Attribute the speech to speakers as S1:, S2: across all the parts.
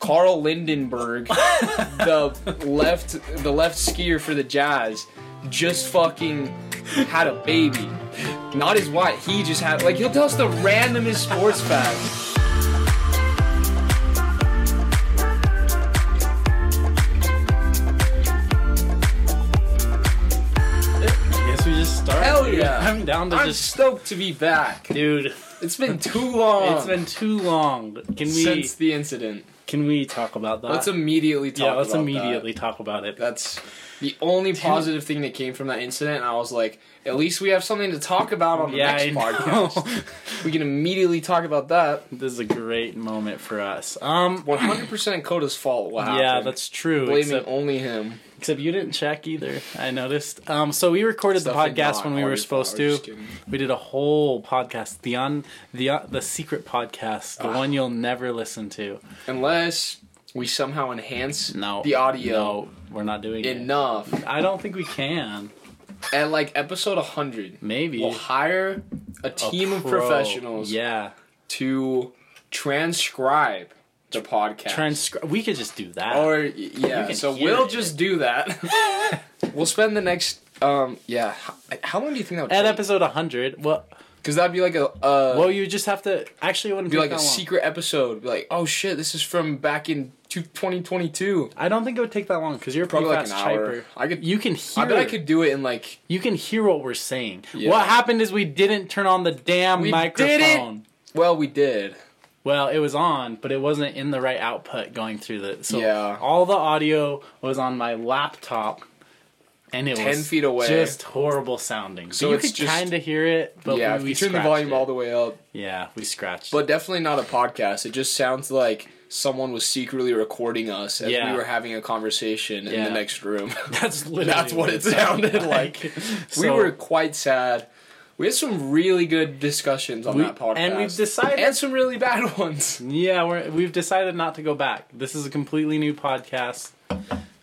S1: Carl Lindenberg, the left the left skier for the Jazz, just fucking had a baby. Not his wife. He just had like he'll tell us the randomest sports facts.
S2: Guess we just start.
S1: Hell
S2: dude.
S1: yeah.
S2: I'm down to
S1: I'm
S2: just,
S1: stoked to be back.
S2: dude.
S1: It's been too long.
S2: It's been too long. Can we
S1: since the incident.
S2: can we talk about that?
S1: Let's immediately talk.
S2: Uh, yeah, let's
S1: about that.
S2: immediately talk about it.
S1: That's the only positive thing that came from that incident. And I was like, at least we have something to talk about on the
S2: yeah,
S1: next
S2: I know.
S1: podcast. We can immediately talk about that.
S2: this is a great moment for us. Um,
S1: 100% Coda's fault. What happened?
S2: yeah, that's true.
S1: blaming
S2: Except,
S1: only him.
S2: except you didn't check either. I noticed. Um, so we recorded the
S1: Definitely
S2: podcast
S1: not
S2: when we were
S1: Artie's fault,
S2: supposed
S1: we're
S2: to.
S1: just kidding.
S2: We did a whole podcast, the on the on, the secret podcast,
S1: Ah.
S2: the one you'll never listen to.
S1: Unless we somehow enhance
S2: No,
S1: the audio
S2: No, we're not doing it.
S1: enough.
S2: I don't think we can.
S1: At like episode 100,
S2: Maybe
S1: we'll hire a
S2: A
S1: team of
S2: pro.
S1: professionals
S2: Yeah,
S1: to transcribe the podcast.
S2: transcri- We could just do that.
S1: Or y- yeah,
S2: can
S1: so
S2: hear
S1: we'll
S2: it.
S1: just do that. we'll spend the next um yeah. h- How long do you think that would
S2: At
S1: take?
S2: episode 100, well,
S1: Because that'd be like a uh,
S2: well, you just have to actually it wouldn't
S1: be like
S2: take that
S1: a
S2: long.
S1: secret episode. Be like, oh shit, this is from back in two- 2022.
S2: I don't think it would take that long because you're a pretty
S1: Probably like
S2: fast
S1: an hour.
S2: typer.
S1: I could-
S2: you can hear.
S1: I bet I could do it in like
S2: You can hear what we're saying.
S1: Yeah.
S2: What happened is we didn't turn on the damn
S1: We
S2: microphone.
S1: didn't! well we did.
S2: Well, it was on, but it wasn't in the right output going through the. So
S1: Yeah.
S2: all the audio was on my laptop, and it
S1: 10
S2: was
S1: feet away.
S2: Just horrible sounding. So
S1: So
S2: you
S1: it's
S2: could
S1: just-
S2: kind of hear it, but
S1: yeah,
S2: we,
S1: if
S2: we
S1: you turn the
S2: scratched
S1: volume
S2: it.
S1: all the way up.
S2: Yeah, we scratched.
S1: But definitely not a podcast. It just sounds like someone was secretly recording us as
S2: Yeah.
S1: we were having a conversation in
S2: Yeah.
S1: the next room.
S2: That's literally
S1: That's what it sounded like. we
S2: So-
S1: were quite sad. We had some really good discussions on
S2: We-
S1: that podcast,
S2: and we've decided-
S1: and some really bad ones.
S2: Yeah, we're, we've decided not to go back. This is a completely new podcast.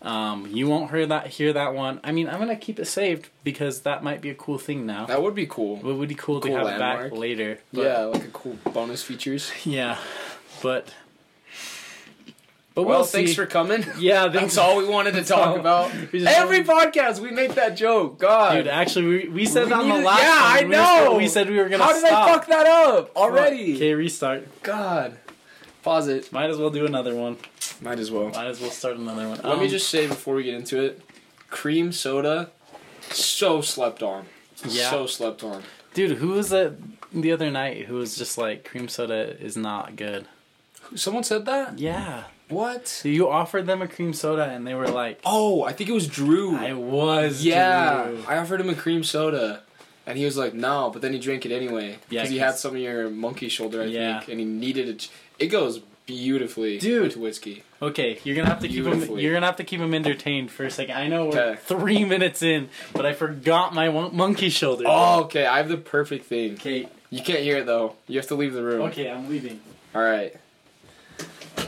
S2: Um, you won't hear that hear that one. I mean, I'm gonna keep it saved because that might be a cool thing now.
S1: That would be cool.
S2: it would be cool,
S1: cool
S2: to have it
S1: landmark.
S2: back later.
S1: yeah, like a cool bonus features.
S2: Yeah, but but
S1: Well,
S2: we'll
S1: thanks
S2: see.
S1: for coming.
S2: yeah.
S1: That's
S2: Thanks,
S1: all we wanted to talk
S2: all.
S1: about.
S2: We just
S1: Every podcast we make that joke. God,
S2: dude. Actually, we, we said
S1: We
S2: that on the
S1: needed-
S2: last.
S1: yeah,
S2: one.
S1: I
S2: We were-
S1: know.
S2: We said we were gonna.
S1: how did
S2: stop.
S1: I fuck that up already?
S2: Okay, restart.
S1: God, pause it.
S2: Might as well do another one.
S1: Might as well.
S2: Might as well start another one.
S1: Let me just say before we get into it, cream soda, so slept on.
S2: Yeah.
S1: So slept on.
S2: Dude, who was it the other night who was just like cream soda is not good?
S1: Someone said that?
S2: Yeah.
S1: What?
S2: So you offered them a cream soda and they were like,
S1: Oh, I think it was Drew.
S2: I was.
S1: yeah.
S2: Drew."
S1: I offered him a cream soda. And he was like, no, but then he drank it anyway.
S2: Yeah,
S1: Because he
S2: 'cause-
S1: had some of your monkey shoulder, I
S2: Yeah.
S1: think. And he needed it. It goes beautifully
S2: Dude.
S1: with whiskey.
S2: Okay, you're gonna have to keep them.
S1: Beautifully.
S2: You're gonna have to keep them entertained for a second. I know we're
S1: Okay.
S2: three minutes in, but I forgot my mon- monkey shoulder.
S1: Oh, okay. I have the perfect thing.
S2: Okay.
S1: You can't hear it, though. You have to leave the room.
S2: Okay, I'm leaving.
S1: All right.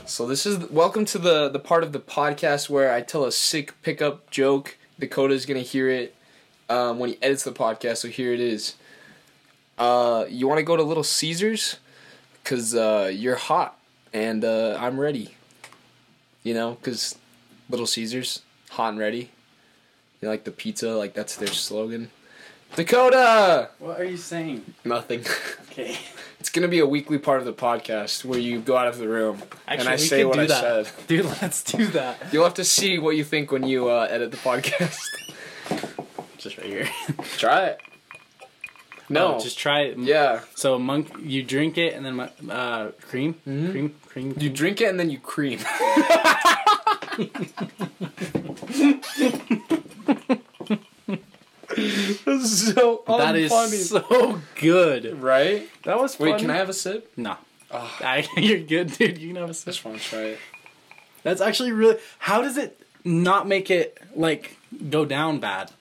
S1: So this is welcome to the the part of the podcast where I tell a sick pickup joke. Dakota's gonna hear it um, when he edits the podcast. So here it is. Uh, you want to go to Little Caesars? Cause uh, you're hot and uh, I'm ready. You know, cause Little Caesars hot and ready. You know, like the pizza, like that's their slogan. Dakota,
S2: What are you saying?
S1: nothing.
S2: Okay.
S1: It's gonna be a weekly part of the podcast where you go out of the room and
S2: Actually,
S1: I
S2: we
S1: say
S2: could
S1: what
S2: do
S1: I
S2: that.
S1: said.
S2: Dude, let's do that.
S1: You'll have to see what you think when you uh, edit the podcast.
S2: Just right here.
S1: Try it. No.
S2: Oh, just try it.
S1: yeah.
S2: So monk, you drink it and then mon- uh, cream,
S1: Mm-hmm.
S2: cream, cream.
S1: You drink it and then you cream. That's so
S2: That is
S1: unfunny.
S2: so good.
S1: right.
S2: That was
S1: Wait, can I have a sip?
S2: No.
S1: Oh,
S2: I, you're good, dude. You can have a
S1: I
S2: sip.
S1: just want to try it.
S2: That's actually really. How does it not make it like go down bad?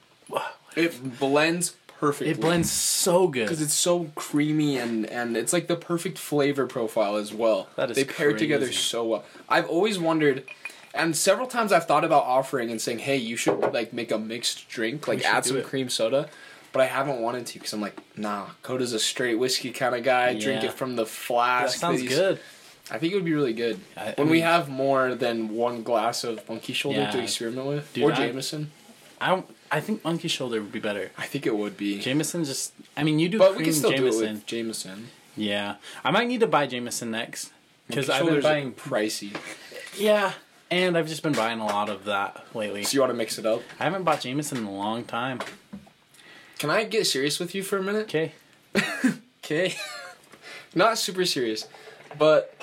S1: It blends perfectly.
S2: It blends so good.
S1: because it's so creamy and and it's like the perfect flavor profile as well.
S2: That is
S1: they pair together
S2: crazy.
S1: so well. I've always wondered, and several times I've thought about offering and saying, "Hey, you should like make a mixed drink, like
S2: should
S1: add
S2: do
S1: some
S2: it."
S1: cream soda." But I haven't wanted to because I'm like, nah, Coda's a straight whiskey kind of guy. Drink
S2: Yeah.
S1: it from the
S2: that
S1: flask.
S2: sounds
S1: these-
S2: good.
S1: I think it would be really good.
S2: I- I
S1: when we
S2: mean-
S1: have more than one glass of monkey shoulder to
S2: Yeah.
S1: experiment with,
S2: Dude,
S1: or
S2: I-
S1: Jameson,
S2: I don't- I think monkey shoulder would be better.
S1: I think it would be.
S2: Jameson just I mean you do
S1: but
S2: cream
S1: we can still
S2: Jameson.
S1: do it with Jameson.
S2: Yeah. I might need to buy Jameson next cuz
S1: Monkey
S2: I've been
S1: shoulder's, like,
S2: buying
S1: pricey.
S2: Yeah, and I've just been buying a lot of that lately.
S1: So you want to mix it up?
S2: I haven't bought Jameson in a long time.
S1: Can I get serious with you for a minute?
S2: Okay.
S1: Okay. Not super serious, but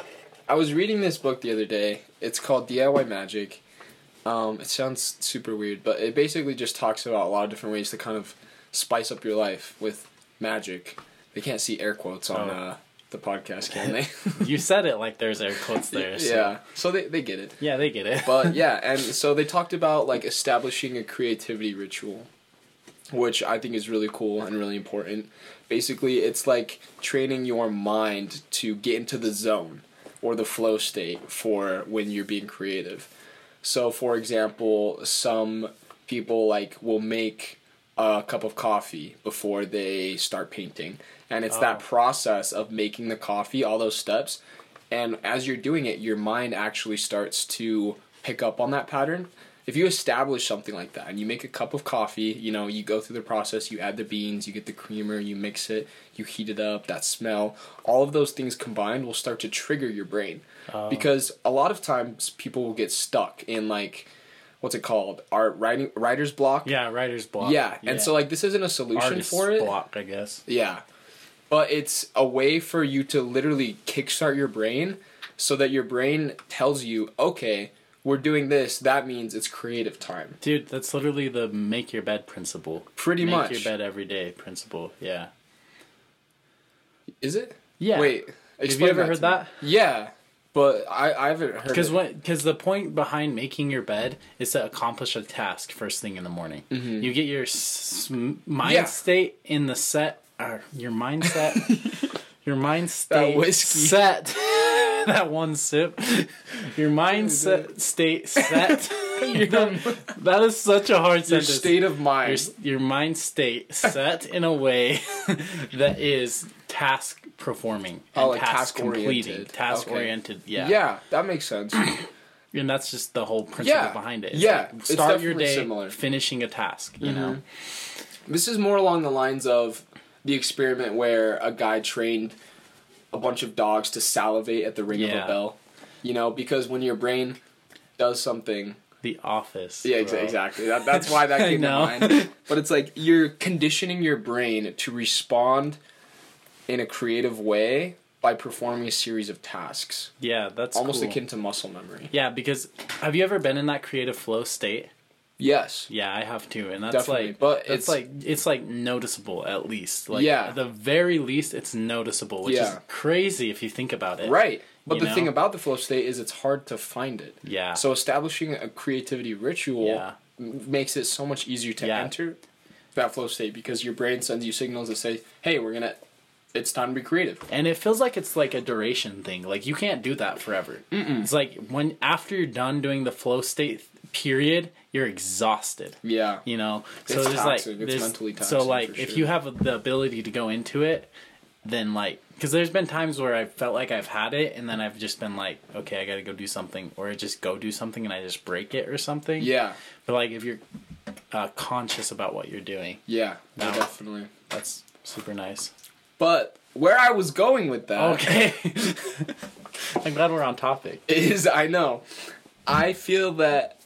S1: I was reading this book the other day. It's called DIY Magic. Um, it sounds super weird, but it basically just talks about a lot of different ways to kind of spice up your life with magic. They can't see air quotes on
S2: Oh.
S1: uh, the podcast, can they?
S2: You said it like there's air quotes there. So.
S1: yeah. So they, they get it.
S2: Yeah, they get it.
S1: But yeah, and so they talked about like establishing a creativity ritual, which I think is really cool and really important. Basically, it's like training your mind to get into the zone or the flow state for when you're being creative. So, for example, some people like will make a cup of coffee before they start painting, and it's that process of making the coffee, all those steps. And as you're doing it, your mind actually starts to pick up on that pattern. If you establish something like that and you make a cup of coffee, you know, you go through the process, you add the beans, you get the creamer, you mix it, you heat it up, that smell, all of those things combined will start to trigger your brain.
S2: Oh.
S1: because a lot of times people will get stuck in like what's it called? Art writing writer's block.
S2: yeah, writer's block.
S1: Yeah. And so like this isn't a solution
S2: Artist's
S1: for it.
S2: block, I guess.
S1: Yeah. But it's a way for you to literally kickstart your brain so that your brain tells you, okay, we're doing this. That means it's creative time.
S2: Dude, that's literally the make your bed principle.
S1: Pretty
S2: make
S1: much.
S2: your bed every day principle. Yeah.
S1: Is it?
S2: Yeah.
S1: Wait.
S2: Have you
S1: explain
S2: ever
S1: to
S2: heard
S1: me.
S2: that?
S1: Yeah. But I, I haven't heard
S2: Because
S1: it.
S2: what? Because the point behind making your bed is to accomplish a task first thing in the morning. You get your s- m- mind
S1: Mm-hmm. Yeah.
S2: state in the set. Uh, your mindset. your mind state
S1: whiskey.
S2: set. that one sip. Your mindset state set. that is such a hard
S1: your
S2: sentence.
S1: state of mind.
S2: your, s- your mind state set in a way that is task performing and
S1: Oh, like task-oriented.
S2: task
S1: Okay.
S2: oriented yeah
S1: yeah, that makes sense.
S2: and that's just the whole principle
S1: Yeah.
S2: behind it It's
S1: Yeah.
S2: like,
S1: It's
S2: start your
S1: definitely
S2: day
S1: similar. Mm-hmm.
S2: finishing a task you know
S1: This is more along the lines of the experiment where a guy trained a bunch of dogs to salivate at the ring of
S2: Yeah.
S1: a bell. You know, because when your brain does something,
S2: the office
S1: yeah, exa-
S2: bro.
S1: exactly. That, that's why that
S2: I
S1: came to
S2: know.
S1: mind. But it's like you're conditioning your brain to respond in a creative way by performing a series of tasks,
S2: yeah that's
S1: almost
S2: cool.
S1: akin to muscle memory.
S2: yeah because have you ever been in that creative flow state
S1: Yes.
S2: yeah i have too and that's
S1: Definitely,
S2: like
S1: but it's-
S2: that's like it's like noticeable at least like
S1: Yeah.
S2: at the very least it's noticeable which
S1: Yeah.
S2: is crazy if you think about it
S1: Right. But
S2: You
S1: the
S2: know?
S1: thing about the flow state is it's hard to find it.
S2: Yeah.
S1: So establishing a creativity ritual
S2: Yeah.
S1: m- makes it so much easier to
S2: Yeah.
S1: enter that flow state because your brain sends you signals that say, "Hey, we're gonna, it's time to be creative."
S2: and it feels like it's like a duration thing like you can't do that forever it's like when after you're done doing the flow state th- period you're exhausted
S1: Yeah.
S2: you know
S1: It's
S2: so there's
S1: toxic.
S2: like
S1: It's
S2: there's,
S1: mentally toxic,
S2: so like
S1: for
S2: if
S1: sure.
S2: you have the ability to go into it then like because there's been times where i felt like i've had it and then i've just been like okay i gotta go do something or I just go do something and i just break it or something
S1: Yeah.
S2: but like if you're uh, conscious about what you're doing
S1: Yeah. no,
S2: No.
S1: Definitely.
S2: that's super nice
S1: But where I was going with that
S2: okay i'm glad we're on topic
S1: is I know. I feel that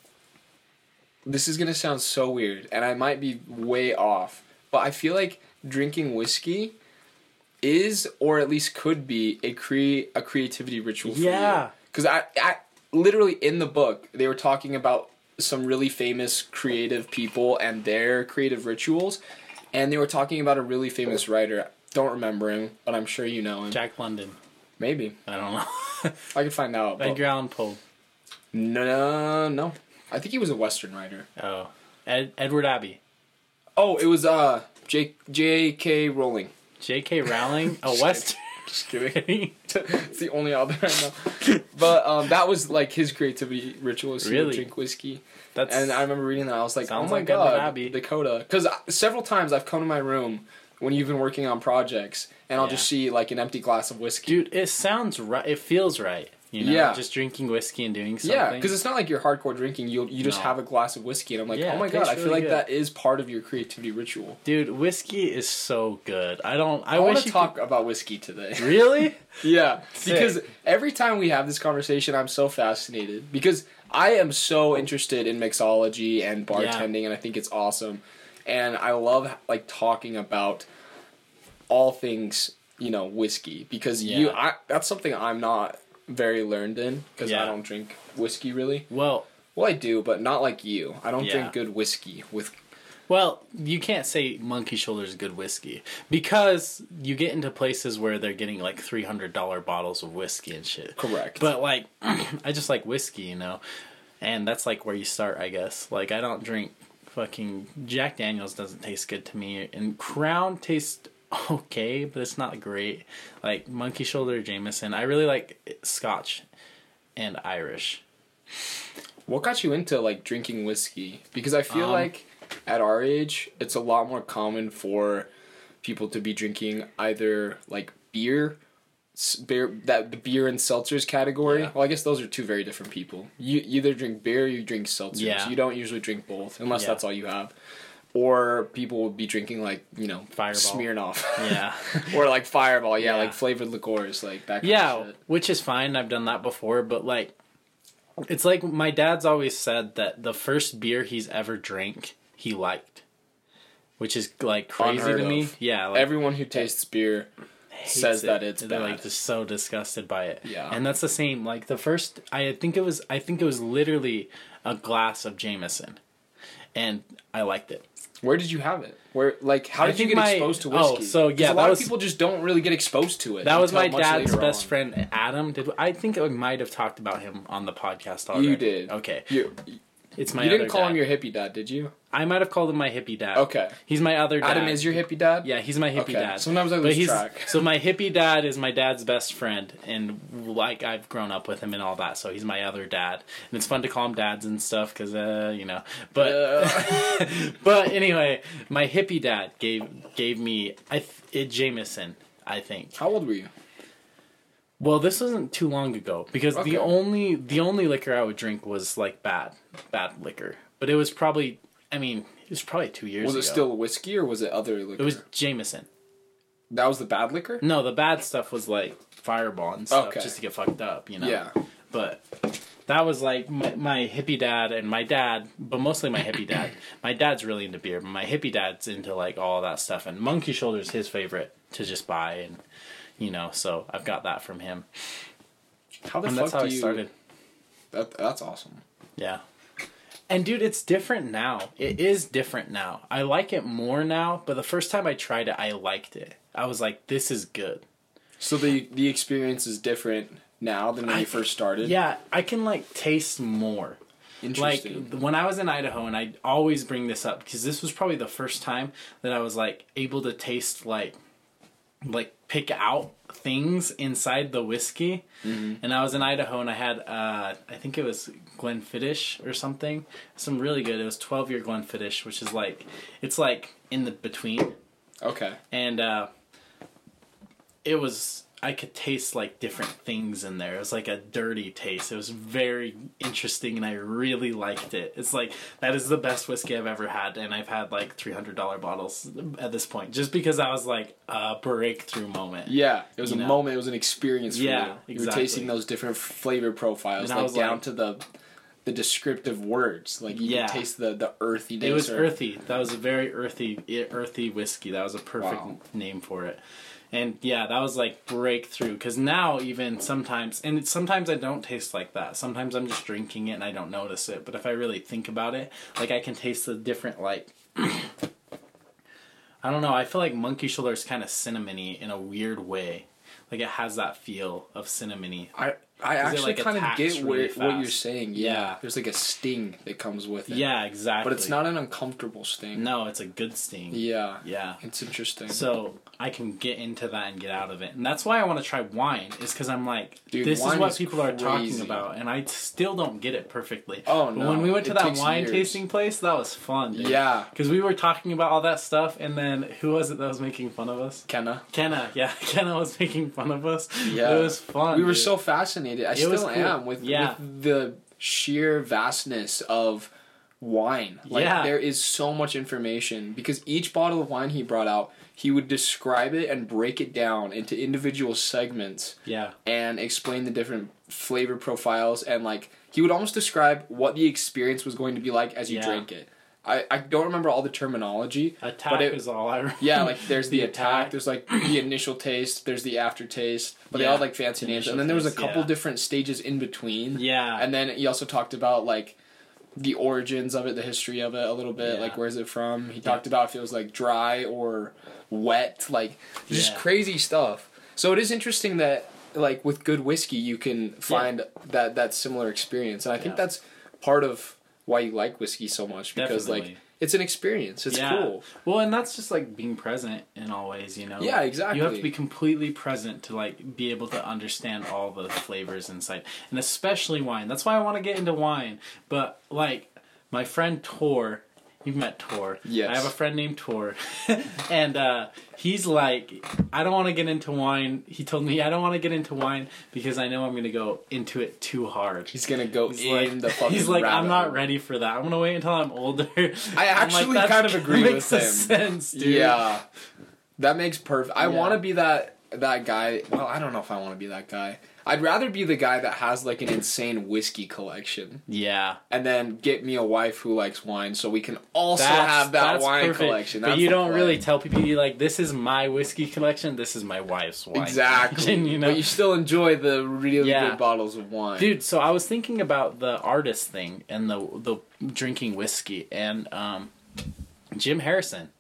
S1: this is going to sound so weird and I might be way off, but I feel like drinking whiskey is or at least could be a cre- a creativity ritual for
S2: Yeah.
S1: Cuz I I literally in the book they were talking about some really famous creative people and their creative rituals and they were talking about a really famous writer. Don't remember him, but I'm sure you know him.
S2: Jack London.
S1: Maybe.
S2: I don't know.
S1: I could find out. but-
S2: Edgar Allan Poe.
S1: No, no, no. I think he was a Western writer.
S2: Oh, Ed- Edward Abbey.
S1: Oh, it was uh J J K Rowling.
S2: J.K. Rowling. A West.
S1: Just kidding.
S2: really?
S1: it's the only author I know. But um, that was like his creativity ritual is he would
S2: Really?
S1: drink whiskey.
S2: That's
S1: And I remember reading that I was like, oh
S2: Sounds
S1: my
S2: like Edward
S1: god,
S2: Abbey.
S1: Dakota. Because several times I've come to my room when you've been working on projects, and I'll
S2: Yeah.
S1: just see like an empty glass of whiskey.
S2: Dude, it sounds right. It feels right. You know,
S1: Yeah.
S2: just drinking whiskey and doing something.
S1: Yeah, because it's not like you're hardcore drinking. You you just
S2: No.
S1: have a glass of whiskey, and I'm like,
S2: Yeah,
S1: oh my
S2: it
S1: god,
S2: tastes
S1: I feel
S2: really
S1: like
S2: good.
S1: that is part of your creativity ritual.
S2: dude, whiskey is so good. I don't. I,
S1: I want
S2: wish
S1: to
S2: you
S1: talk about whiskey today.
S2: Could, really?
S1: yeah,
S2: Sick.
S1: because every time we have this conversation, I'm so fascinated because I am so interested in mixology and bartending, and I think it's awesome, and I love like talking about all things you know whiskey because you
S2: Yeah.
S1: I, that's something I'm not very learned in because I
S2: Yeah.
S1: don't drink whiskey really.
S2: well,
S1: Well, I do, but not like you. I don't
S2: Yeah.
S1: drink good whiskey with.
S2: well, you can't say Monkey Shoulder is good whiskey because you get into places where they're getting like three hundred dollar bottles of whiskey and shit.
S1: Correct.
S2: But like, I just like whiskey, you know, and that's like where you start, I guess. Like, I don't drink fucking Jack Daniels doesn't taste good to me, and Crown tastes okay, but it's not great. Like Monkey Shoulder, Jameson. I really like Scotch and Irish.
S1: What got you into like drinking whiskey? Because I feel
S2: Um,
S1: like at our age, it's a lot more common for people to be drinking either like beer, s- beer that the beer and seltzers category.
S2: Yeah.
S1: Well, I guess those are two very different people. You either drink beer, or you drink seltzers.
S2: Yeah.
S1: You don't usually drink both unless
S2: Yeah.
S1: that's all you have. Or people would be drinking like you know
S2: Fireball.
S1: Smirnoff,
S2: Yeah.
S1: or like Fireball, yeah,
S2: Yeah.
S1: like flavored liqueurs, like that. Kind of
S2: Yeah,
S1: shit.
S2: which is fine. I've done that before, but like, it's like my dad's always said that the first beer he's ever drank, he liked, which is like crazy
S1: Unheard
S2: to me.
S1: of.
S2: Yeah, like,
S1: Everyone who tastes beer
S2: hates
S1: says
S2: it.
S1: that it's
S2: They're,
S1: bad.
S2: like just so disgusted by it.
S1: Yeah.
S2: and that's the same. Like the first, I think it was, I think it was literally a glass of Jameson, and I liked it.
S1: Where did you have it? Where like how
S2: I
S1: did you
S2: think
S1: get
S2: my-
S1: exposed to
S2: oh,
S1: whiskey?
S2: so,
S1: 'Cause
S2: yeah,
S1: a
S2: that
S1: lot
S2: was-
S1: of people just don't really get exposed to it.
S2: That was
S1: until
S2: my
S1: much
S2: dad's
S1: later
S2: best
S1: on.
S2: friend, Adam. Did I think we might have talked about him on the podcast already?
S1: You did.
S2: Okay,
S1: You, you
S2: it's my.
S1: didn't
S2: other
S1: call
S2: dad.
S1: him your hippie dad, did you?
S2: I might have called him my hippie dad.
S1: Okay.
S2: He's my other dad.
S1: Adam is your hippie dad.
S2: Yeah, he's my hippie
S1: Okay.
S2: dad.
S1: Sometimes I
S2: But
S1: lose
S2: he's-
S1: track.
S2: So my hippie dad is my dad's best friend, and like I've grown up with him and all that. So he's my other dad, and it's fun to call him dads and stuff because uh, you know. But
S1: Uh,
S2: but anyway, my hippie dad gave gave me I th- it Jameson. I think.
S1: how old were you?
S2: Well, this wasn't too long ago because
S1: Okay.
S2: the only the only liquor I would drink was like bad bad liquor, but it was probably I mean it was probably two years.
S1: Was
S2: ago.
S1: it still whiskey or was it other liquor?
S2: It was Jameson.
S1: that was the bad liquor.
S2: No, the bad stuff was like Fireball and stuff,
S1: Okay.
S2: just to get fucked up, you know.
S1: Yeah.
S2: But that was like my, my hippie dad and my dad, but mostly my hippie dad. My dad's really into beer, but my hippie dad's into like all that stuff. And Monkey Shoulder's his favorite to just buy, and you know, so I've got that from him,
S1: How the
S2: and
S1: fuck
S2: that's how
S1: do
S2: I
S1: you?
S2: started.
S1: That, that's awesome.
S2: Yeah. And dude, it's different now. It is different now. I like it more now, but the first time I tried it, I liked it. I was like, this is good.
S1: So the the experience is different now than when
S2: I-
S1: you first started.
S2: Yeah, I can like taste more. Like
S1: interesting.
S2: when I was in Idaho, and I always bring this up because this was probably the first time that I was like able to taste like, like pick out things inside the whiskey. And I was in Idaho, and I had uh, I think it was Glenfiddich or something, some really good. It was twelve year Glenfiddich, which is like it's like in the between
S1: okay.
S2: and uh, it was I could taste like different things in there. It was like a dirty taste. It was very interesting, and I really liked it. It's like that is the best whiskey I've ever had, and I've had like three hundred dollar bottles at this point, just because I was like a breakthrough moment.
S1: Yeah, it was
S2: You
S1: a
S2: know?
S1: moment. It was an experience for
S2: Yeah,
S1: you. You
S2: exactly.
S1: were tasting those different flavor profiles,
S2: And I
S1: like
S2: was
S1: down
S2: like-
S1: to the the descriptive words. Like you
S2: Yeah.
S1: could taste the the earthiness.
S2: It was
S1: or-
S2: earthy. That was a very earthy, e, earthy whiskey. That was a perfect
S1: Wow.
S2: name for it. And yeah, that was like breakthrough. Because now even sometimes, and it's, sometimes I don't taste like that. Sometimes I'm just drinking it and I don't notice it. But if I really think about it, like I can taste the different like. I don't know. I feel like monkey shoulder is kind of cinnamony in a weird way. Like it has that feel of cinnamony.
S1: I I
S2: Is it,
S1: actually
S2: like,
S1: kind of
S2: attacks
S1: get
S2: really
S1: where, what you're
S2: fast?
S1: saying. Yeah.
S2: Yeah.
S1: There's like a sting that comes with it.
S2: Yeah, exactly.
S1: But it's not an uncomfortable sting.
S2: No, it's a good sting.
S1: Yeah.
S2: Yeah.
S1: It's interesting.
S2: So I can get into that and get out of it, and that's why I want to try wine. Is because I'm like,
S1: Dude,
S2: this is
S1: wine
S2: what
S1: is
S2: people are talking
S1: crazy.
S2: about, and I still don't get it perfectly.
S1: Oh,
S2: but
S1: no.
S2: When we went to
S1: It
S2: that
S1: takes
S2: wine
S1: years.
S2: tasting place, that was fun. Dude.
S1: yeah.
S2: Because we were talking about all that stuff, and then who was it that was making fun of us?
S1: Kenna.
S2: Kenna, yeah, Kenna was making fun of us.
S1: Yeah.
S2: it was fun.
S1: We were
S2: dude.
S1: so fascinated. I
S2: was
S1: still
S2: cool.
S1: am with,
S2: Yeah.
S1: with the sheer vastness of wine. Like
S2: Yeah.
S1: there is so much information because each bottle of wine he brought out, he would describe it and break it down into individual segments
S2: yeah,
S1: and explain the different flavor profiles and like he would almost describe what the experience was going to be like as you
S2: Yeah.
S1: drank it. I, I don't remember all the terminology.
S2: attack
S1: But it-
S2: is all I remember.
S1: Yeah, like there's the,
S2: The
S1: attack,
S2: attack.
S1: there's like the initial taste, there's the aftertaste, but they all
S2: Yeah,
S1: had like fancy
S2: the
S1: names.
S2: initial
S1: And then there was a
S2: taste,
S1: couple
S2: yeah.
S1: different stages in between.
S2: yeah,
S1: And then he also talked about like the origins of it, the history of it a little bit,
S2: Yeah.
S1: like where's it from. He talked about if it was like dry or wet, like just
S2: Yeah.
S1: crazy stuff. So it is interesting that like with good whiskey you can find that that similar experience. And I think
S2: Yeah.
S1: that's part of why you like whiskey so much because like
S2: Definitely.
S1: it's an experience. It's
S2: yeah.
S1: cool.
S2: Well, and that's just like being present in all ways, you know.
S1: Yeah,
S2: Like, You have
S1: exactly.
S2: to be completely present to like be able to understand all the flavors inside, and especially wine. That's why I want to get into wine. But like my friend Tor, you've met Tor.
S1: Yes.
S2: I have a friend named Tor, and uh, he's like, I don't want to get into wine. He told me I don't want to get into wine because I know I'm gonna go into it too hard.
S1: He's gonna go
S2: He's
S1: in
S2: like,
S1: the fucking.
S2: he's like, I'm
S1: rabbit
S2: not
S1: hole."
S2: ready for that. I'm gonna wait until I'm older. I
S1: actually kind of agree with
S2: makes
S1: him.
S2: Sense, dude.
S1: Yeah, that makes perfect. I
S2: Yeah.
S1: want to be that that guy. Well, I don't know if I want to be that guy. I'd rather be the guy that has like an insane whiskey collection,
S2: yeah.
S1: and then get me a wife who likes wine, so we can also
S2: That's-
S1: have that
S2: that's
S1: wine
S2: perfect.
S1: collection.
S2: but
S1: That's
S2: you
S1: the
S2: don't
S1: plan.
S2: really tell people you like this is my whiskey collection. This is my wife's wine.
S1: exactly.
S2: collection, you know,
S1: But you still enjoy the really
S2: Yeah.
S1: good bottles of wine,
S2: dude. So I was thinking about the artist thing and the the drinking whiskey and um, Jim Harrison.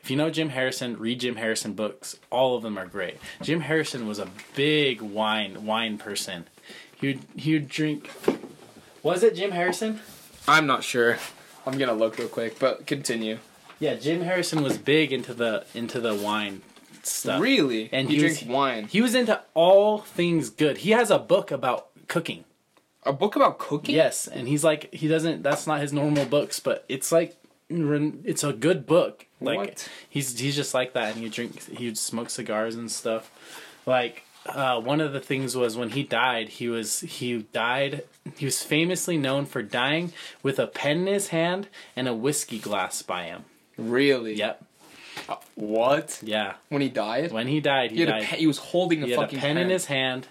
S2: If you know Jim Harrison, read Jim Harrison books. All of them are great. Jim Harrison was a big wine wine person. He would he would drink. Was it Jim Harrison?
S1: I'm not sure. I'm gonna look real quick, but continue.
S2: Yeah, Jim Harrison was big into the into the wine stuff.
S1: Really,
S2: And
S1: you
S2: he
S1: drink
S2: was-
S1: wine.
S2: He was into all things good. He has a book about cooking.
S1: A book about cooking.
S2: Yes, and he's like he doesn't. That's not his normal books, but it's like ren- it's a good book. Like
S1: What?
S2: he's he's just like that, and he drinks, he would smoke cigars and stuff. Like uh, one of the things was when he died, he was he died. He was famously known for dying with a pen in his hand and a whiskey glass by him.
S1: Really.
S2: Yep.
S1: What?
S2: Yeah.
S1: When he died.
S2: When he died, he,
S1: He, had
S2: died.
S1: a pen, he was holding
S2: he
S1: a
S2: had a
S1: fucking
S2: pen, in his hand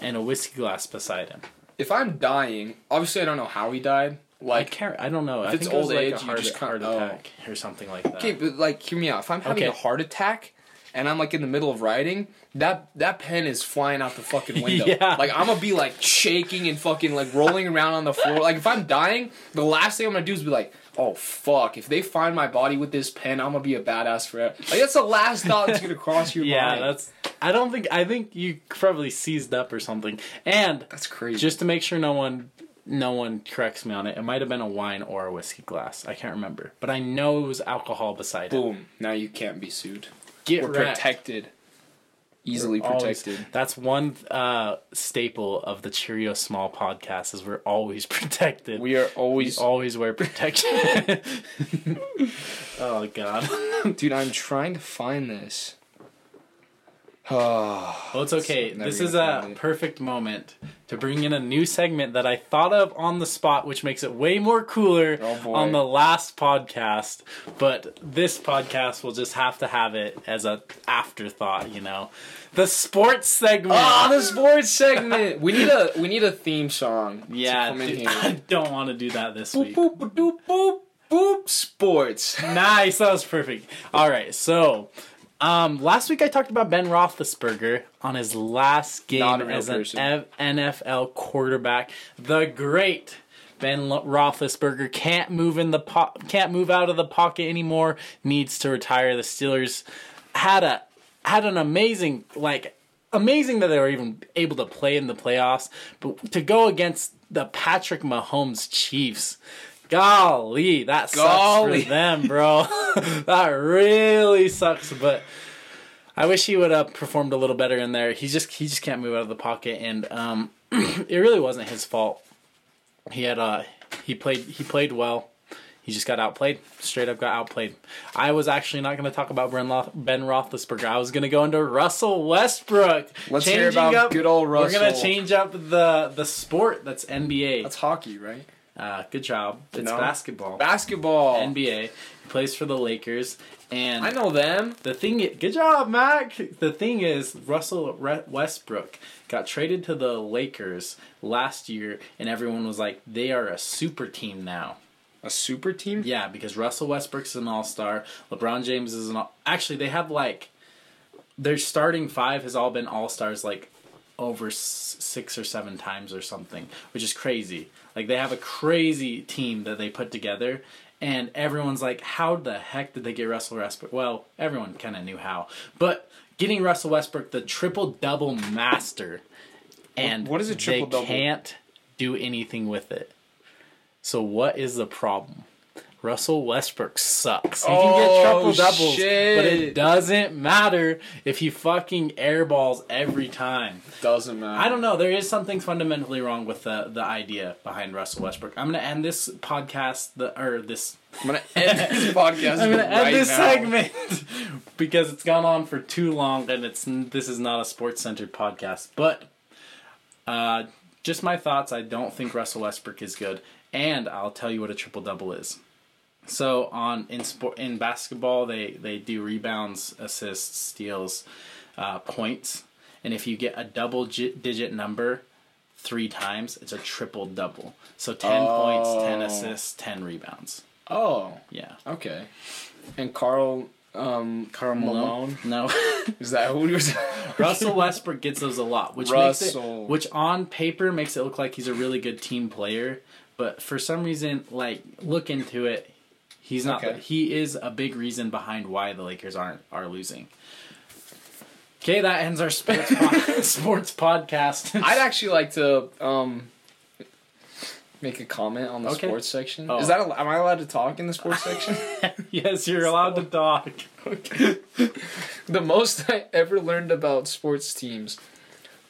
S2: and a whiskey glass beside him.
S1: If I'm dying, obviously I don't know how he died.
S2: I
S1: Like,
S2: can't. I don't know. I
S1: it's
S2: think it was
S1: old
S2: like
S1: age,
S2: a
S1: you
S2: heart,
S1: just can't-
S2: heart
S1: oh.
S2: attack or something like that.
S1: okay, but like, hear me out. If I'm having a
S2: Okay.
S1: heart attack and I'm like in the middle of writing, that that pen is flying out the fucking window.
S2: Yeah.
S1: Like I'm gonna be like shaking and fucking like rolling around on the floor. Like if I'm dying, the last thing I'm gonna do is be like, oh fuck, if they find my body with this pen, I'm gonna be a badass forever. Like that's the last thought that's gonna cross your
S2: yeah,
S1: mind.
S2: that's. I don't think. I think you probably seized up or something. And
S1: that's crazy.
S2: just to make sure no one, no one corrects me on it. It might have been a wine or a whiskey glass. I can't remember, but I know it was alcohol beside it.
S1: boom. Now you can't be sued.
S2: Get
S1: We're
S2: wrecked.
S1: protected. Easily
S2: Always-
S1: protected.
S2: That's one uh, staple of the Cheerio Small podcast is we're always protected.
S1: We are always
S2: always wear protection. oh god.
S1: Dude, I'm trying to find this. Ah,
S2: Well, Oh, it's okay.
S1: Never
S2: This
S1: gonna
S2: is a
S1: find it.
S2: perfect moment to bring in a new segment that I thought of on the spot, which makes it way more cooler
S1: Oh, boy.
S2: on the last podcast. But this podcast will just have to have it as a afterthought, you know. The sports segment.
S1: Ah, the sports segment. We need a we need a theme song. to
S2: yeah,
S1: come in
S2: dude,
S1: here.
S2: I don't want to do that this
S1: boop
S2: week.
S1: boop ba- doop boop boop sports.
S2: Nice, that was perfect. All right, so um, last week I talked about Ben Roethlisberger on his last
S1: Not
S2: game
S1: a real
S2: as an
S1: person.
S2: F- NFL quarterback. The great Ben Lo- Roethlisberger can't move in the po- can't move out of the pocket anymore. Needs to retire. The Steelers had a had an amazing like amazing that they were even able to play in the playoffs, but to go against the Patrick Mahomes Chiefs, golly, that sucks
S1: Golly.
S2: for them, bro. that really sucks. But I wish he would have performed a little better in there. He just he just can't move out of the pocket, and um, it really wasn't his fault. He had uh he played he played well. He just got outplayed. Straight up got outplayed. I was actually not going to talk about Ben, Roth- ben Roethlisberger. I was going to go into Russell Westbrook.
S1: Let's hear about good old
S2: We're going to
S1: Russell.
S2: change up the the sport that's NBA.
S1: That's hockey, right?
S2: uh, good job. It's
S1: No.
S2: basketball.
S1: Basketball.
S2: NBA. He plays for the Lakers. And
S1: I know them.
S2: the thing, i- good job, Mac. The thing is, Russell Re- Westbrook got traded to the Lakers last year, and everyone was like, they are a super team now.
S1: A super team?
S2: Yeah, because Russell Westbrook's an all star. LeBron James is an all. Actually, they have like their starting five has all been all stars like over s- six or seven times or something, which is crazy. Like they have a crazy team that they put together, and everyone's like, "How the heck did they get Russell Westbrook?" Well, everyone kind of knew how, but getting Russell Westbrook, the triple double master, and
S1: What- what is a triple-double?
S2: They can't do anything with it. So what is the problem? Russell Westbrook sucks. He can
S1: Oh,
S2: get triple doubles, but
S1: shit.
S2: it doesn't matter if he fucking airballs every time.
S1: Doesn't matter.
S2: I don't know. There is something fundamentally wrong with the the idea behind Russell Westbrook. I'm gonna end this podcast, the or this
S1: I'm gonna end this podcast.
S2: I'm gonna end
S1: right
S2: this
S1: now.
S2: segment because it's gone on for too long, and it's this is not a sports centered podcast. But uh, just my thoughts. I don't think Russell Westbrook is good, and I'll tell you what a triple double is. So on in sport in basketball, they they do rebounds, assists, steals, uh, points, and if you get a double gi- digit number. Three times, it's a triple double. So 10 points,
S1: Oh.
S2: 10 assists, 10 rebounds.
S1: Oh,
S2: Yeah.
S1: okay. And Carl, um, Carl Malone.
S2: No.
S1: Is that who he was?
S2: Russell Westbrook gets those a lot, which makes
S1: Russell.
S2: it, which on paper makes it look like he's a really good team player, but for some reason, like look into it, he's not.
S1: Okay.
S2: He is a big reason behind why the Lakers aren't are losing. Okay, that ends our sports pod, sports podcast.
S1: I'd actually like to um make a comment on the
S2: Okay.
S1: sports section.
S2: Oh.
S1: Is that al- am I allowed to talk in the sports section?
S2: yes, you're allowed to talk.
S1: the most I ever learned about sports teams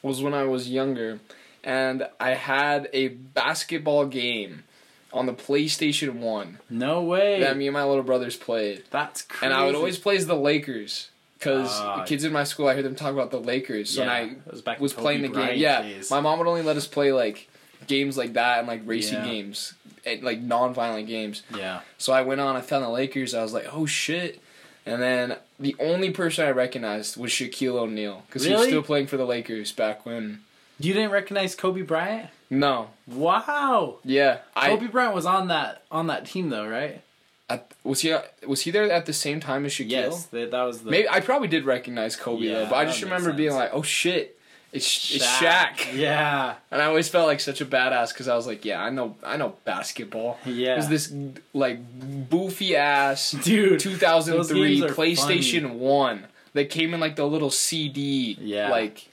S1: was when I was younger and I had a basketball game on the PlayStation 1
S2: No way.
S1: that me and my little brothers played.
S2: That's crazy.
S1: And I would always play as the Lakers because
S2: Ah.
S1: kids in my school, I heard them talk about the Lakers. So
S2: Yeah,
S1: when I
S2: it was back in
S1: was
S2: Kobe
S1: playing the game,
S2: Bryant
S1: yeah,
S2: days.
S1: my mom would only let us play like games like that and like racing
S2: Yeah.
S1: games, and, like non-violent games.
S2: yeah.
S1: So I went on, I found the Lakers. I was like, oh shit. And then the only person I recognized was Shaquille O'Neal because he was
S2: Really?
S1: still playing for the Lakers back when.
S2: You didn't recognize Kobe Bryant?
S1: No,
S2: Wow.
S1: yeah,
S2: Kobe Bryant was on that on that team though, right?
S1: I, I was he was he there at the same time as Shaquille?
S2: Yes, that, that was the
S1: Maybe I probably did recognize Kobe
S2: Yeah,
S1: though, but I
S2: that
S1: just
S2: would make
S1: remember being
S2: sense.
S1: like, "Oh shit, it's it's Shaq,"
S2: Yeah.
S1: and I always felt like such a badass because I was like, "Yeah, I know, I know basketball."
S2: Yeah.
S1: It was this like boofy ass
S2: Dude.
S1: 2003
S2: those games are
S1: PlayStation One that came in like the little CD?
S2: Yeah.
S1: like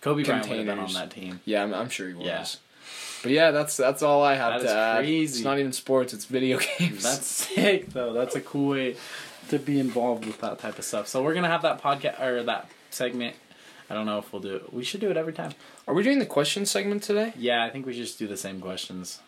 S2: Kobe Bryant would have been on
S1: containers.
S2: that team.
S1: yeah, I'm, I'm sure he was.
S2: Yeah.
S1: But yeah, that's that's all I have
S2: That
S1: to
S2: is
S1: add. It's
S2: crazy.
S1: not even sports; it's video games.
S2: That's sick though. That's a cool way to be involved with that type of stuff. So we're gonna have that podcast or that segment. I don't know if we'll do it. We should do it every time.
S1: Are we doing the question segment today?
S2: Yeah, I think we should just do the same questions.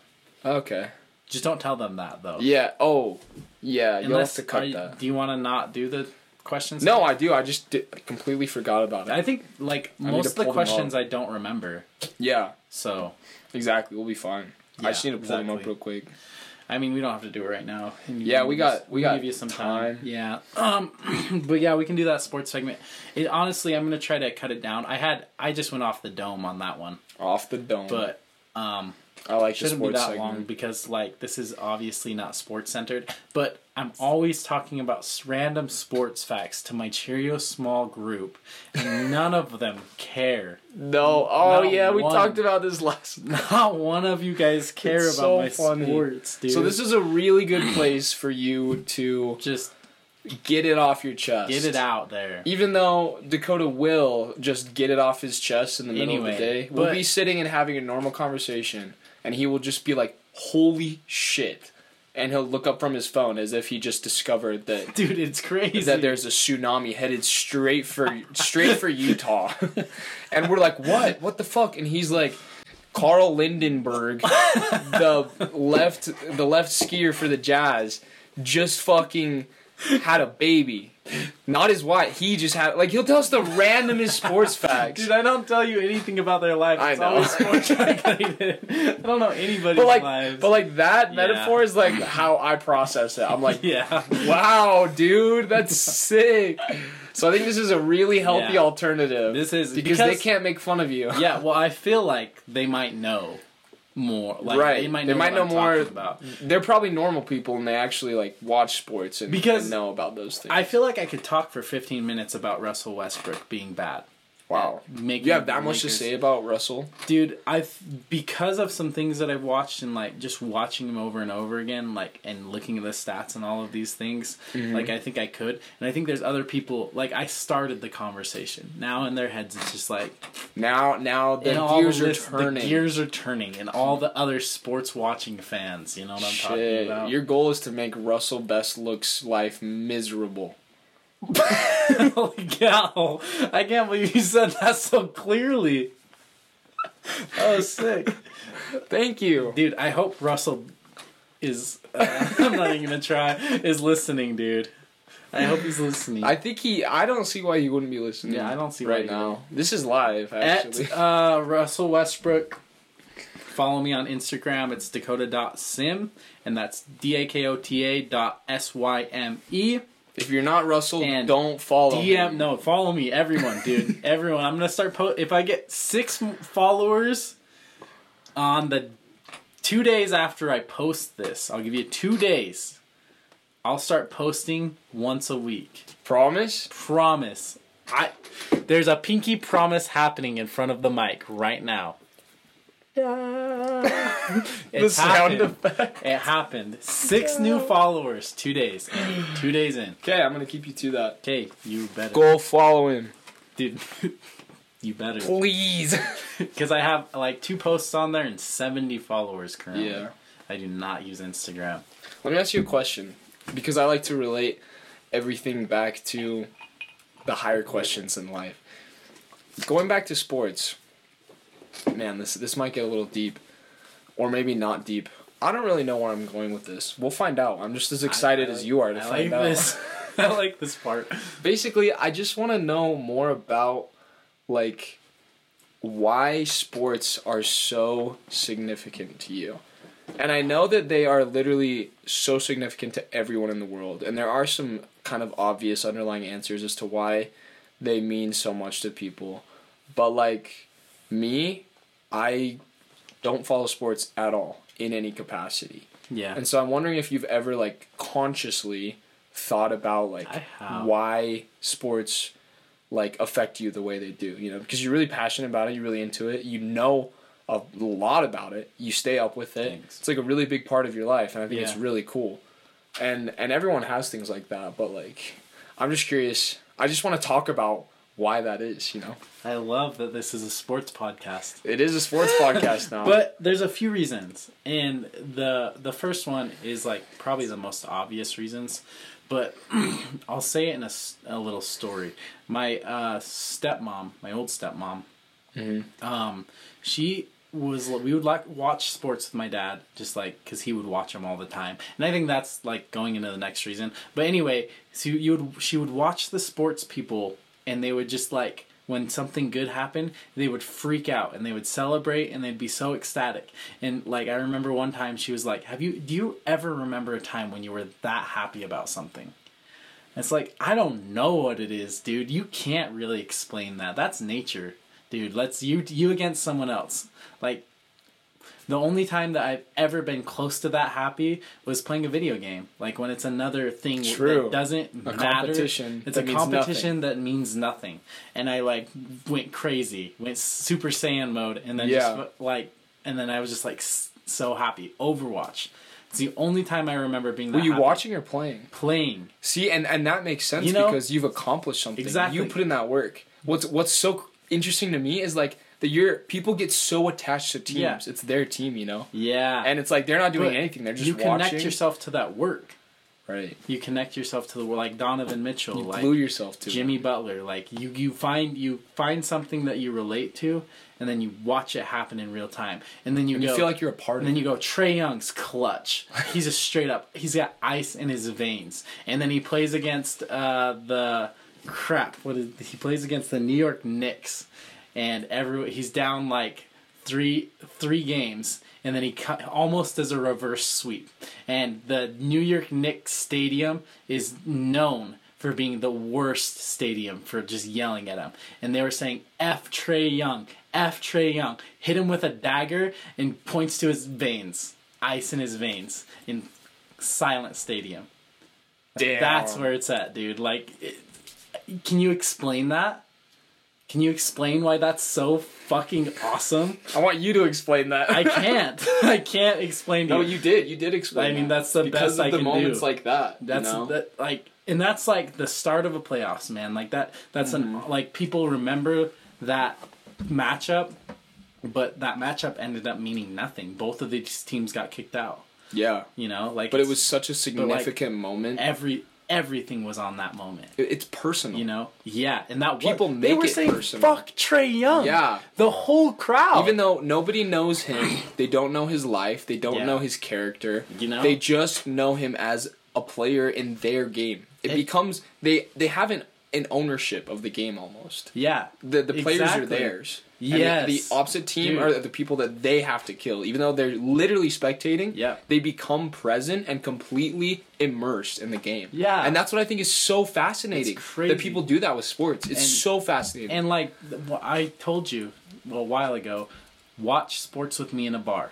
S1: Okay.
S2: Just don't tell them that though.
S1: Yeah. Oh, yeah. you'll have
S2: Unless
S1: to cut
S2: are you-
S1: that.
S2: Do you want to not do the questions?
S1: No, I do. I just di completely forgot about it.
S2: I think like
S1: need
S2: most
S1: to
S2: of the
S1: pull them up.
S2: questions I don't remember.
S1: Yeah,
S2: So
S1: exactly. We'll be fine. I
S2: Yeah,
S1: just need to pull them up
S2: exactly.
S1: real quick.
S2: I mean, we don't have to do it right now. And
S1: Yeah, we got-
S2: just-
S1: we got time.
S2: Yeah, um, but yeah, we can do that sports segment. It, honestly, I'm gonna try to cut it down. I had I just went off the dome on that one,
S1: Off the dome.
S2: but um,
S1: I like the
S2: shouldn't be
S1: sports
S2: that
S1: segment.
S2: long because like this is obviously not sports centered. But I'm always talking about s- random sports facts to my Cheerio small group, and none of them care.
S1: No. Oh
S2: Not
S1: yeah, we
S2: one.
S1: talked about this last.
S2: Not one of you guys care
S1: It's
S2: about
S1: so
S2: my
S1: funny.
S2: sports, dude.
S1: So this is a really good place for you to
S2: just
S1: Get it off your chest.
S2: Get it out there.
S1: Even though Dakota will just get it off his chest in the middle of
S2: Anyway,
S1: the day, we'll
S2: but-
S1: be sitting and having a normal conversation, and he will just be like, "Holy shit!" and he'll look up from his phone as if he just discovered that
S2: Dude, it's crazy.
S1: that there's a tsunami headed straight for straight for Utah. and we're like, "What? What the fuck?" And he's like, "Carl Lindenberg, the left the left skier for the Jazz, just fucking had a baby. Not his wife. He just had like he'll tell us the randomest sports facts."
S2: Dude, I don't tell you anything about their life.
S1: I
S2: It's
S1: know.
S2: always sports related. I don't know anybody's
S1: but like,
S2: lives.
S1: but like that
S2: Yeah.
S1: metaphor is like how I process it. I'm like,
S2: yeah.
S1: wow, dude, that's sick. So I think this is a really healthy
S2: Yeah.
S1: alternative.
S2: This is-
S1: because, they
S2: because-
S1: can't make fun of you.
S2: Yeah, well, I feel like they might know more. Like,
S1: Right.
S2: They might know,
S1: They might
S2: what I'm
S1: know more-
S2: talking about.
S1: They're probably normal people and they actually like watch sports and,
S2: Because-
S1: and know about those things.
S2: I feel like I could talk for 15 minutes about Russell Westbrook being bad.
S1: wow.
S2: Making
S1: You have that much to
S2: Lakers-
S1: say about Russell?
S2: dude. I because of some things that I've watched and like just watching him over and over again, like and looking at the stats and all of these things.
S1: Mm-hmm.
S2: Like I think I could, and I think there's other people. Like I started the conversation. Now in their heads, it's just like
S1: Now now the
S2: and all
S1: gears
S2: the,
S1: are
S2: list- the
S1: turning.
S2: gears are turning, and all the other sports watching fans. You know what I'm talking
S1: Shit.
S2: about?
S1: Your goal is to make Russell Best looks life miserable.
S2: Holy cow! I can't believe you said that so clearly. Oh, sick.
S1: Thank you.
S2: Dude, I hope Russell is. Uh, I'm not even gonna try. Is listening, dude. I hope he's listening.
S1: I think he I don't see why you wouldn't be listening.
S2: Yeah, I don't see why
S1: right
S2: you
S1: now. This is live actually.
S2: At uh, Russell Westbrook. Follow me on Instagram. It's dakota.sim, and that's D A K O T A dot S Y M E.
S1: if you're not Russell,
S2: And
S1: don't follow
S2: DM,
S1: him.
S2: no, follow me, everyone, dude. everyone. I'm going to start po If I get six m- followers on the two days after I post this, I'll give you two days. I'll start posting once a week.
S1: Promise?
S2: Promise. I there's a pinky promise happening in front of the mic right now. It's happened.
S1: effect.
S2: It happened. Six new followers, two days in. Two days in.
S1: Okay, I'm gonna keep you to that.
S2: Okay, you better,
S1: Go follow him,
S2: dude. you better.
S1: please.
S2: Because I have like two posts on there and 70 followers currently.
S1: Yeah.
S2: I do not use Instagram.
S1: Let me ask you a question, because I like to relate everything back to the higher questions in life. Going back to sports, man, this this might get a little deep, or maybe not deep. I don't really know where I'm going with this. We'll find out. I'm just as excited
S2: I- I
S1: as you are to
S2: I
S1: find
S2: like
S1: out.
S2: This. I like this part.
S1: basically i just want to know more about like why sports are so significant to you and i know that they are literally so significant to everyone in the world and there are some kind of obvious underlying answers as to why they mean so much to people but like me i don't follow sports at all in any capacity
S2: Yeah.
S1: and so I'm wondering if you've ever like consciously thought about like
S2: I have.
S1: why sports like affect you the way they do, you know, because you're really passionate about it, you're really into it, you know a lot about it, you stay up with it.
S2: Thanks.
S1: It's like a really big part of your life and I think it's
S2: Yeah.
S1: really cool. And and everyone has things like that, but like I'm just curious. I just want to talk about why that is, you know.
S2: I love that this is a sports podcast.
S1: It is a sports podcast now.
S2: But there's a few reasons. And the the first one is like probably the most obvious reasons. But I'll say it in a, s- a little story. My uh, stepmom, my old stepmom, um, she was we would like watch sports with my dad just like because he would watch them all the time and i think that's like going into the next reason but anyway so you would she would watch the sports people and they would just like when something good happened they would freak out and they would celebrate and they'd be so ecstatic and like i remember one time she was like have you do you ever remember a time when you were that happy about something it's like I don't know what it is, dude. You can't really explain that. That's nature, dude. Let's you you against someone else. Like the only time that I've ever been close to that happy was playing a video game. Like when it's another thing
S1: True.
S2: that doesn't
S1: A
S2: matter.
S1: competition
S2: It's
S1: that
S2: a
S1: means nothing.
S2: competition that means nothing. And I like went crazy, went Super Saiyan mode, and then
S1: Yeah.
S2: just like and then I was just like s- so happy. Overwatch. It's It's the only time I remember being. That
S1: Were you
S2: happy.
S1: watching or playing?
S2: playing?
S1: See, and and that makes sense
S2: You know?
S1: because you've accomplished something.
S2: Exactly.
S1: You put in that work. What's what's so interesting to me is like that you're people get so attached to teams.
S2: Yeah.
S1: It's their team, you know.
S2: Yeah,
S1: And it's like they're not doing
S2: But
S1: anything. They're just
S2: you connect
S1: watching.
S2: yourself to that work.
S1: right.
S2: You connect yourself to the work, like Donovan Mitchell, like
S1: Glue yourself to it.
S2: Jimmy Butler. Like you, you find you find something that you relate to, and then you watch it happen in real time, and then you
S1: And
S2: go,
S1: you feel like you're a part of
S2: and then
S1: it.
S2: you go Trey Young's clutch. He's a straight up. He's got ice in his veins, and then he plays against uh, the crap. What is he plays against the New York Knicks, and every he's down like three three games, and then he cut, almost does a reverse sweep, and the New York Knicks stadium is known. For being the worst stadium for just yelling at him. And they were saying, F Trey Young, F Trey Young, hit him with a dagger and points to his veins, ice in his veins, in silent stadium.
S1: Damn.
S2: That's where it's at, dude. Like, it, can you explain that? Can you explain why that's so fucking awesome?
S1: I want you to explain that.
S2: I can't. I can't explain. to
S1: no, you did. You did explain.
S2: I mean,
S1: that.
S2: that's the
S1: because
S2: best
S1: of
S2: I
S1: the
S2: can
S1: moments
S2: do.
S1: like that.
S2: That's
S1: you know?
S2: that like, and that's like the start of a playoffs, man. Like that. That's
S1: Mm-hmm.
S2: an like people remember that matchup, but that matchup ended up meaning nothing. Both of these teams got kicked out.
S1: yeah.
S2: You know, like,
S1: But it
S2: it's-
S1: was such a
S2: like,
S1: significant moment. It-
S2: every everything was on that moment.
S1: It's personal.
S2: You know, yeah, and that
S1: People
S2: was,
S1: make
S2: they were
S1: it
S2: saying
S1: personal.
S2: fuck Trey Young.
S1: Yeah.
S2: the whole crowd.
S1: Even though nobody knows him, they don't know his life, they don't
S2: Yeah.
S1: know his character.
S2: You know?
S1: they just know him as a player in their game. It,
S2: It-
S1: becomes they they have an, an ownership of the game almost.
S2: yeah,
S1: The the players are
S2: Exactly.
S1: theirs. And
S2: Yes.
S1: the, the opposite team
S2: Dude.
S1: are the people that they have to kill, even though they're literally spectating.
S2: Yeah.
S1: they become present and completely immersed in the game.
S2: Yeah.
S1: and that's what I think is so fascinating.
S2: crazy.
S1: that people do that with sports. It's
S2: And-
S1: so fascinating.
S2: And like th- wh- I told you a while ago, watch sports with me in a bar.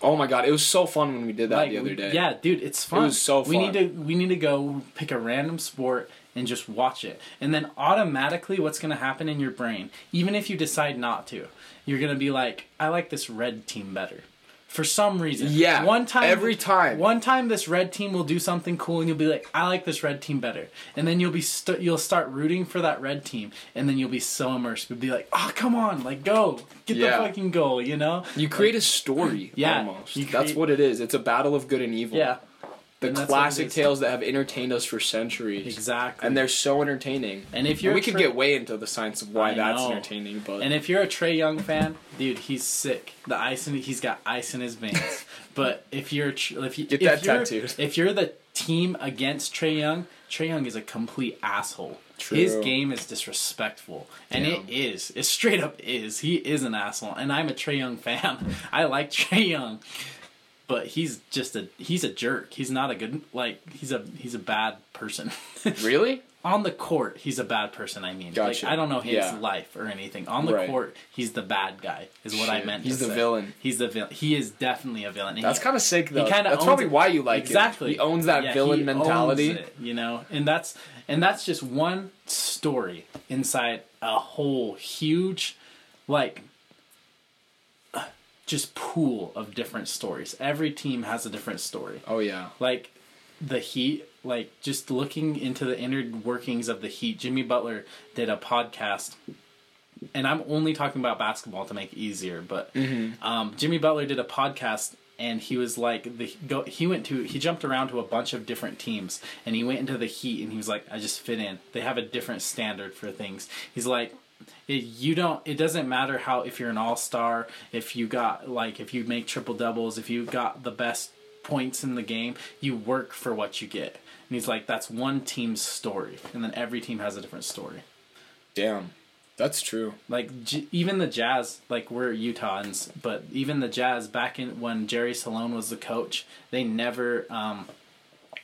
S1: oh my god, it was so fun when we did that
S2: Like
S1: the other
S2: we-
S1: day.
S2: yeah, dude, it's fun.
S1: was so
S2: We
S1: fun.
S2: need to we need to go pick a random sport and just watch it, and then automatically, what's gonna happen in your brain, even if you decide not to, you're gonna be like, I like this red team better. For some reason,
S1: Yeah,
S2: One time,
S1: every time.
S2: One time, this red team will do something cool, and you'll be like, "I like this red team better." And then you'll be st- you'll start rooting for that red team, and then you'll be so immersed. You'll be like, "Oh, come on! Like, go get
S1: Yeah.
S2: the fucking goal!" You know?
S1: You create a story,
S2: Yeah,
S1: almost.
S2: you
S1: That's
S2: create-
S1: what it is. It's a battle of good and evil.
S2: yeah,
S1: the
S2: and that's what it
S1: classic
S2: is.
S1: tales that have entertained us for centuries.
S2: exactly.
S1: And they're so entertaining.
S2: And if you're
S1: we
S2: a
S1: could
S2: tra-
S1: get way into the science of why
S2: I
S1: that's
S2: know.
S1: entertaining, but
S2: And if you're a Trey Young fan, dude, he's sick. The ice in he's got ice in his veins. but if you're tr- if you
S1: Get
S2: if
S1: that
S2: you're,
S1: tattooed.
S2: If you're the team against Trey Young, Trey Young is a complete asshole.
S1: True.
S2: His game is disrespectful, and it is. It straight up is. He is an asshole, and I'm a Trey Young fan. I like Trey Young, but he's just a he's a jerk. He's not a good like he's a he's a bad person.
S1: really,
S2: on the court, he's a bad person. I mean,
S1: Gotcha.
S2: like I don't know his
S1: Yeah.
S2: life or anything. On the
S1: Right.
S2: court, he's the bad guy. Is what I
S1: Shit.
S2: meant.
S1: He's
S2: to
S1: the
S2: say.
S1: villain.
S2: He's the villain. He is definitely a villain. And
S1: that's
S2: he-
S1: kind of sick though.
S2: he kinda
S1: that's
S2: owns
S1: probably
S2: it.
S1: why you like
S2: exactly.
S1: him. He owns that
S2: Yeah, he
S1: villain
S2: owns
S1: mentality.
S2: it, you know, and that's and that's just one story inside a whole huge, like, uh, just pool of different stories. Every team has a different story
S1: Oh yeah,
S2: like the heat like just looking into the inner workings of the heat jimmy butler did a podcast and i'm only talking about basketball to make it easier but um, jimmy butler did a podcast and he was like the go, he went to he jumped around to a bunch of different teams and he went into the heat and he was like i just fit in they have a different standard for things he's like it, you don't it doesn't matter how if you're an all-star if you got like if you make triple doubles if you got the best points in the game you work for what you get and he's like that's one team's story and then every team has a different story
S1: damn, that's true.
S2: like J- even the Jazz, like we're Utahns, but even the Jazz back in when Jerry Salone was the coach, they never, um,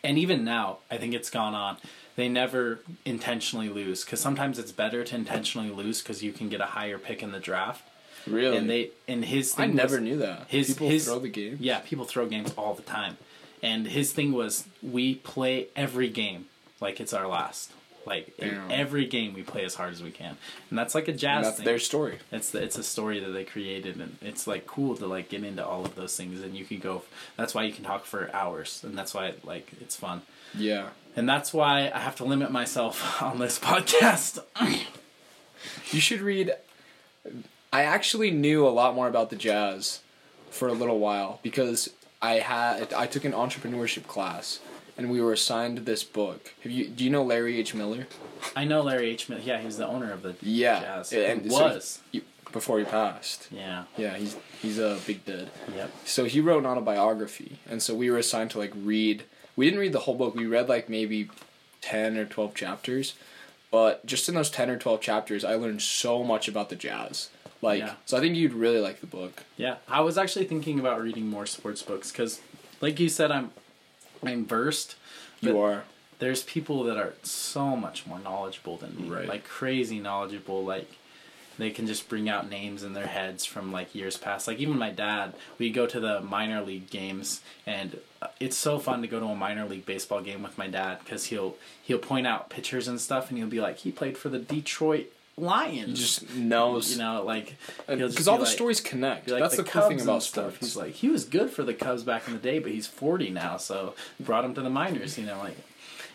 S2: and even now, I think it's gone on. They never intentionally lose because sometimes it's better to intentionally lose because you can get a higher pick in the draft.
S1: Really,
S2: And they and his
S1: I
S2: thing
S1: never
S2: was-
S1: knew that.
S2: his-
S1: People
S2: his-
S1: throw the game.
S2: yeah, people throw games all the time. And his thing was, we play every game like it's our last. Like in
S1: Yeah.
S2: every game, we play as hard as we can, and that's like a jazz
S1: And that's
S2: thing.
S1: their story.
S2: It's the, it's a story that they created, and it's like cool to like get into all of those things, and you can go. That's why you can talk for hours, and that's why like it's fun,
S1: Yeah.
S2: and that's why I have to limit myself on this podcast.
S1: You should read. I actually knew a lot more about the jazz for a little while because I had I took an entrepreneurship class and we were assigned this book. Have you do you know Larry H. Miller?
S2: I know Larry H. Miller. Yeah, he was the owner of the
S1: Yeah,
S2: jazz.
S1: and
S2: He
S1: so-
S2: was.
S1: You- Before he passed.
S2: yeah.
S1: Yeah, he's he's a uh, big dead.
S2: Yep.
S1: So he wrote an autobiography, and so we were assigned to like read. We didn't read the whole book. We read like maybe ten or twelve chapters, but just in those ten or twelve chapters, I learned so much about the jazz. Like,
S2: Yeah.
S1: so I think you'd really like the book.
S2: Yeah, I was actually thinking about reading more sports books because, like you said, I'm I'm versed.
S1: You
S2: but
S1: are.
S2: There's people that are so much more knowledgeable than me,
S1: Right.
S2: like crazy knowledgeable. Like they can just bring out names in their heads from like years past. Like even my dad, we go to the minor league games, and uh, it's so fun to go to a minor league baseball game with my dad because he'll he'll point out pitchers and stuff, and he'll be like, he played for the Detroit Lions.
S1: He just knows
S2: you know, like he'll just
S1: because all the
S2: be like-
S1: stories connect.
S2: be like
S1: That's the, cool
S2: Cubs
S1: thing
S2: and
S1: about
S2: stuff.
S1: sports.
S2: He's like, he was good for the Cubs back in the day, but he's 40 now, so brought him to the minors, you know, like.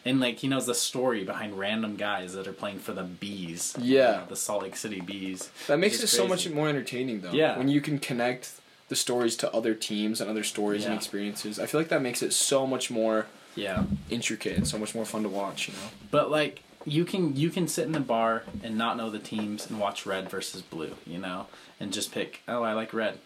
S2: And like he knows the story behind random guys that are playing for the bees. you
S1: Yeah.
S2: know, the Salt Lake City Bees.
S1: that makes
S2: which
S1: it
S2: is
S1: so much
S2: crazy.
S1: more entertaining, though.
S2: Yeah.
S1: when you can connect the stories to other teams and other stories and
S2: Yeah.
S1: experiences, I feel like that makes it so much more
S2: Yeah,
S1: intricate and so much more fun to watch. You know.
S2: but like you can you can sit in the bar and not know the teams and watch red versus blue, you know, and just pick. Oh, I like red.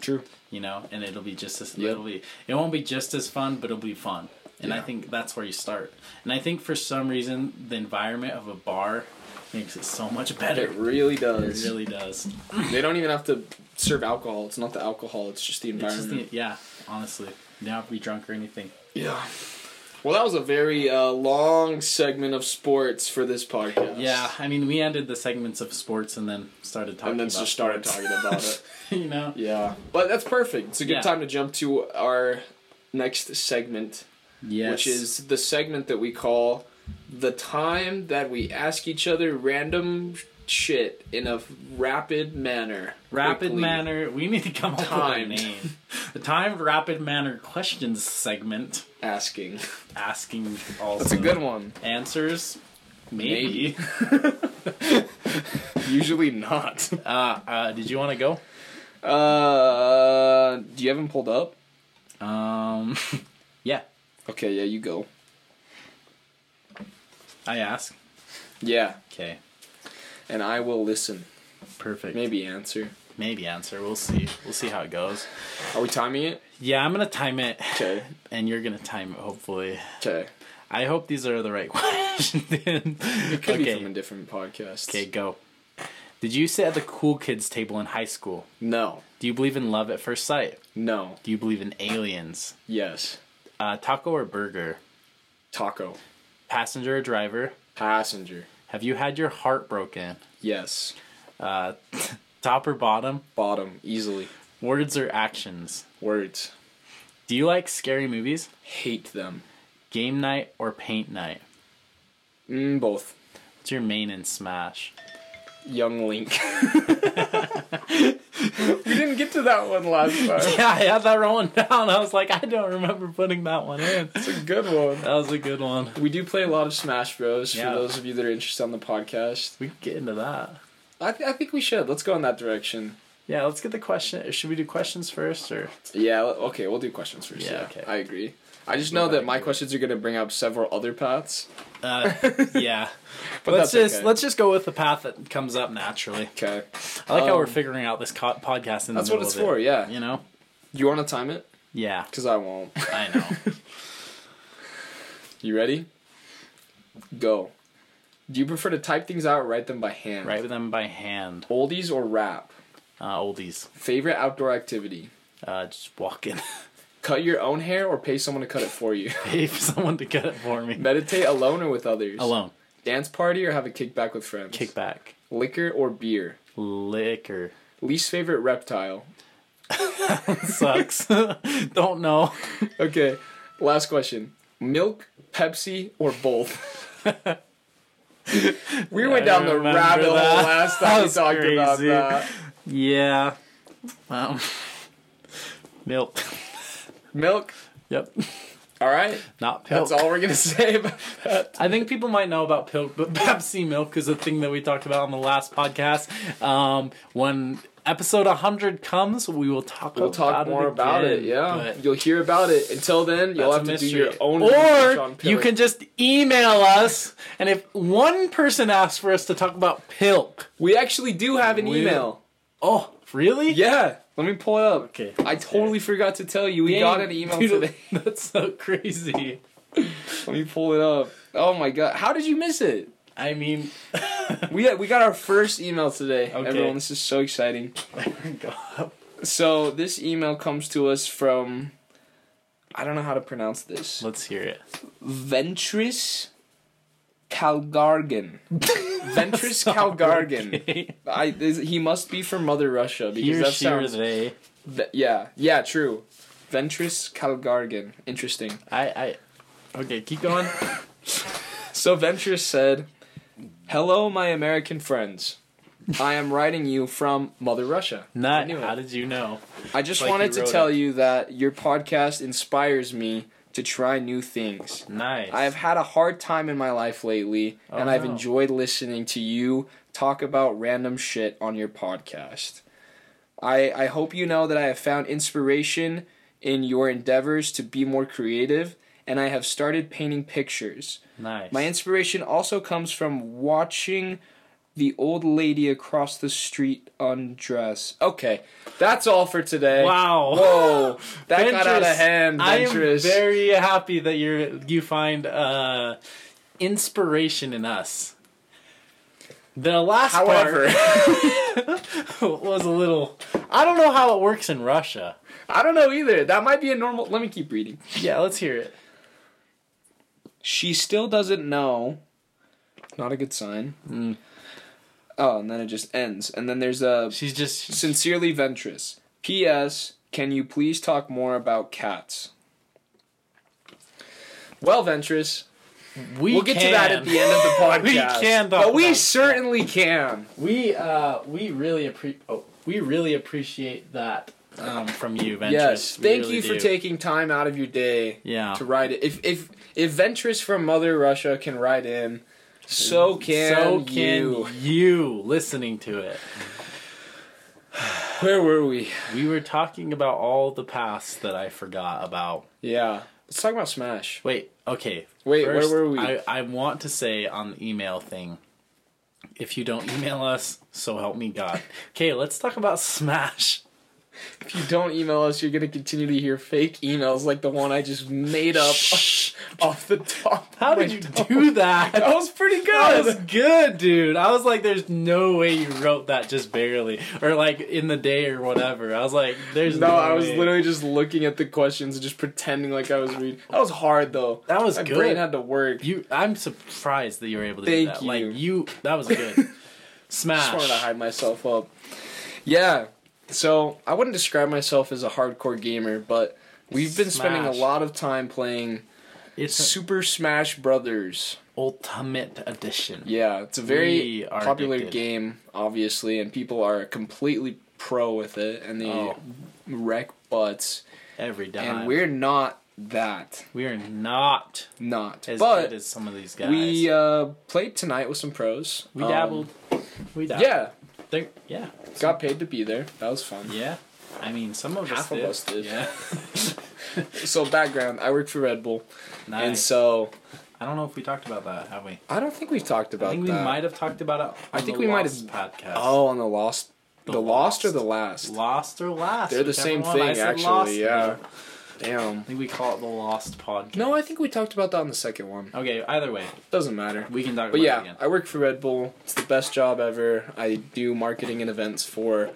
S1: True.
S2: you know, and it'll be just as
S1: Yeah.
S2: it'll be it won't be just as fun, but it'll be fun. And I
S1: Yeah.
S2: think that's where you start. And I think for some reason the environment of a bar makes it so much better.
S1: It really
S2: It
S1: does.
S2: really does.
S1: They don't even have to serve alcohol. It's not the alcohol. It's just the
S2: It's just
S1: environment.
S2: the, yeah, honestly. You don't have to be drunk or anything.
S1: yeah. Well, that was a very uh, long segment of sports for this podcast.
S2: Yeah, I mean we ended the segments of sports and then started talking
S1: And then
S2: about
S1: just started
S2: sports.
S1: talking about it.
S2: you know?
S1: Yeah. But that's perfect. It's a good
S2: Yeah.
S1: time to jump to our next segment,
S2: Yes.
S1: which is the segment that we call the time that we ask each other random shit in a rapid manner.
S2: Rapid
S1: Quickly.
S2: Manner. We need to come up
S1: Timed.
S2: with a name. The timed Rapid Manner questions segment
S1: Asking.
S2: asking also
S1: That's a good one.
S2: answers maybe,
S1: Maybe. Usually not.
S2: uh, uh did you want to go
S1: Uh, do you have him pulled up?
S2: um yeah
S1: Okay, yeah, you go.
S2: i ask
S1: Yeah,
S2: okay
S1: and I will listen.
S2: perfect
S1: Maybe answer.
S2: maybe answer we'll see we'll see how it goes
S1: Are we timing it?
S2: yeah i'm gonna time it
S1: Okay.
S2: and you're gonna time it hopefully
S1: Okay.
S2: i hope these are the right questions it
S1: Could be
S2: okay
S1: from a different podcast.
S2: okay go did you sit at the cool kids table in high school
S1: No.
S2: do you believe in love at first sight
S1: No.
S2: do you believe in aliens
S1: Yes.
S2: uh, taco or burger
S1: Taco.
S2: passenger or driver
S1: Passenger.
S2: have you had your heart broken
S1: Yes.
S2: Uh, top or bottom,
S1: Bottom. Easily.
S2: words or actions.
S1: Words.
S2: Do you like scary movies,
S1: Hate them.
S2: game night, or paint night?
S1: Mm, both.
S2: What's your main in Smash?
S1: Young Link. we didn't get to that one last time.
S2: Yeah, I had that rolling down. I was like, I don't remember putting that one in.
S1: It's a good one.
S2: That was a good one.
S1: We do play a lot of Smash Bros.
S2: Yeah.
S1: For those of you that are interested on the podcast,
S2: We could get into that.
S1: I, th- I think we should. Let's go in that direction.
S2: Yeah, let's get the question. Should we do questions first or?
S1: Yeah, l- okay, we'll do questions first.
S2: Yeah,
S1: Yeah,
S2: okay.
S1: I agree. I just know
S2: back
S1: that my
S2: to it.
S1: questions are going to bring up several other paths.
S2: Uh, yeah.
S1: But that's
S2: let's just
S1: okay.
S2: let's just go with the path that comes up naturally.
S1: Okay.
S2: I like how we're
S1: Um,
S2: figuring out this co- podcast in the
S1: That's what
S2: middle
S1: it's
S2: of
S1: for,
S2: it,
S1: yeah.
S2: You know?
S1: You want to time it?
S2: Yeah,
S1: Because I won't.
S2: I know.
S1: You ready? Go. Do you prefer to type things out or write them by hand?
S2: Write them by hand.
S1: Oldies or rap?
S2: Uh, oldies.
S1: Favorite outdoor activity?
S2: Uh, just walk in.
S1: Cut your own hair or pay someone to cut it for you?
S2: pay for someone to cut it for me.
S1: Meditate alone or with others?
S2: Alone.
S1: Dance party or have a kickback with friends?
S2: Kickback.
S1: Liquor or beer?
S2: Liquor.
S1: Least favorite reptile?
S2: Sucks. Don't know.
S1: Okay, last question. Milk, Pepsi, or both? We
S2: Yeah,
S1: went
S2: I
S1: down the
S2: remember
S1: rabbit hole
S2: that.
S1: last time we
S2: That's
S1: talked about
S2: crazy.
S1: that.
S2: Yeah. Um, milk.
S1: Milk.
S2: Yep.
S1: All right.
S2: Not pilk.
S1: That's all we're gonna say about that.
S2: I think people might know about pilk, but Pepsi milk is a thing that we talked about on the last podcast. Um, when episode 100 comes, we will talk
S1: We'll talk more about it.
S2: again,
S1: Yeah,
S2: but
S1: you'll hear about it. Until then, you'll have
S2: that's a
S1: to do
S2: mystery.
S1: your own research
S2: Or
S1: on
S2: you
S1: Pilk.
S2: can just email us, and if one person asks for us to talk about pilk,
S1: We actually do have an
S2: We-
S1: email.
S2: oh, really?
S1: Yeah, let me pull it up.
S2: Okay.
S1: I totally forgot to tell you. We
S2: Dang,
S1: got an email
S2: dude,
S1: today.
S2: That's so crazy.
S1: Let me pull it up. Oh my god, how did you miss it?
S2: I mean,
S1: We we got our first email today.
S2: Okay.
S1: Everyone, this is so exciting.
S2: God.
S1: So this email comes to us from I don't know how to pronounce this.
S2: let's hear it.
S1: Ventris Kalgargan. Ventris Kalgargan.
S2: Okay.
S1: I this, he must be from Mother Russia because
S2: Here,
S1: that
S2: she, or
S1: sounds
S2: they.
S1: Ve- yeah yeah true. Ventris Kalgargan. Interesting.
S2: I, I. Okay, keep going.
S1: So Ventris said, "Hello, my American friends. I am writing you from Mother Russia.
S2: Not.
S1: knew it.
S2: How did you know?
S1: I just
S2: Like you
S1: wanted to
S2: wrote
S1: tell
S2: it.
S1: you that your podcast inspires me to try new things.
S2: Nice.
S1: I have had a hard time in my life lately, and I've
S2: Oh, no.
S1: enjoyed listening to you talk about random shit on your podcast. I, I hope you know that I have found inspiration in your endeavors to be more creative, and I have started painting pictures.
S2: Nice.
S1: My inspiration also comes from watching the old lady across the street undress. Okay, that's all for today.
S2: wow.
S1: Whoa, that got out of
S2: Ventress,
S1: hand,
S2: I am
S1: Ventress.
S2: very happy that you're you find uh, inspiration in us. The last
S1: However,
S2: part was a little. I don't know how it works in Russia.
S1: I don't know either. That might be a normal. Let me keep reading.
S2: Yeah, let's hear it.
S1: She still doesn't know. Not a good sign.
S2: Mm.
S1: Oh, and then it just ends. And then there's a
S2: She's just.
S1: sincerely Ventress. P.S. Can you please talk more about cats? Well, Ventress,
S2: We
S1: we'll get to that at the end of the podcast.
S2: We can talk
S1: but we
S2: about-
S1: certainly can.
S2: We uh we really appreciate oh, we really appreciate that um, from you, Ventress.
S1: Yes,
S2: We
S1: thank
S2: really
S1: you for
S2: do.
S1: taking time out of your day
S2: yeah
S1: to write it. If if if Ventress from Mother Russia can write in, so can
S2: so can
S1: you.
S2: you listening to it.
S1: Where were we?
S2: We were talking about all the past that I forgot about.
S1: Yeah, let's talk about Smash.
S2: Wait, okay.
S1: Wait, where were we?
S2: I, I want to say on the email thing. If you don't email us, so help me God. Okay, let's talk about Smash.
S1: If you don't email us, you're gonna continue to hear fake emails like the one I just made up off the top.
S2: How
S1: of my
S2: did you
S1: dome.
S2: do that?
S1: That was pretty
S2: That was
S1: good.
S2: good, dude. I was like, there's no way you wrote that just barely. Or like in the day or whatever. I was like, there's no,
S1: No, I was
S2: way.
S1: literally just looking at the questions and just pretending like I was reading. That was hard though.
S2: That was
S1: my
S2: good.
S1: brain had to work.
S2: You I'm surprised that you were able to
S1: Thank
S2: do that.
S1: you.
S2: Like you that was good.
S1: just wanted to
S2: Smash.
S1: hide myself up. Yeah. So I wouldn't describe myself as a hardcore gamer, but we've been spending a
S2: Smash.
S1: lot of time playing
S2: It's
S1: Super Smash Brothers.
S2: ultimate edition.
S1: Yeah, it's a very
S2: We are
S1: popular
S2: addicted.
S1: game, obviously, and people are completely pro with it, and they
S2: Oh.
S1: wreck butts.
S2: Every time.
S1: And we're not that,
S2: We are not
S1: not.
S2: as
S1: but
S2: good as some of these guys.
S1: we uh, played tonight with some pros.
S2: We
S1: Um,
S2: dabbled. we dabbled.
S1: yeah,
S2: They- yeah.
S1: got paid to be there. That was fun.
S2: Yeah. I mean some of us
S1: Half of
S2: did.
S1: us did.
S2: Yeah.
S1: So background, I work for Red Bull,
S2: nice.
S1: and so
S2: I don't know if we talked about that, have we?
S1: I don't think we've talked about
S2: I think we
S1: that.
S2: might have talked about it. On
S1: I think we
S2: the
S1: might
S2: Lost podcast.
S1: Oh, on the lost, the,
S2: The
S1: lost. or
S2: Lost.
S1: the last.
S2: Lost or last.
S1: They're the
S2: whichever
S1: same
S2: one.
S1: thing,
S2: I said
S1: actually.
S2: Lost.
S1: yeah. Damn.
S2: I think we call it the Lost podcast.
S1: No, I think we talked about that in the second one.
S2: Okay, either way,
S1: Doesn't matter.
S2: we can talk
S1: But
S2: about
S1: yeah,
S2: it again.
S1: I work for Red Bull. It's the best job ever. I do marketing and events for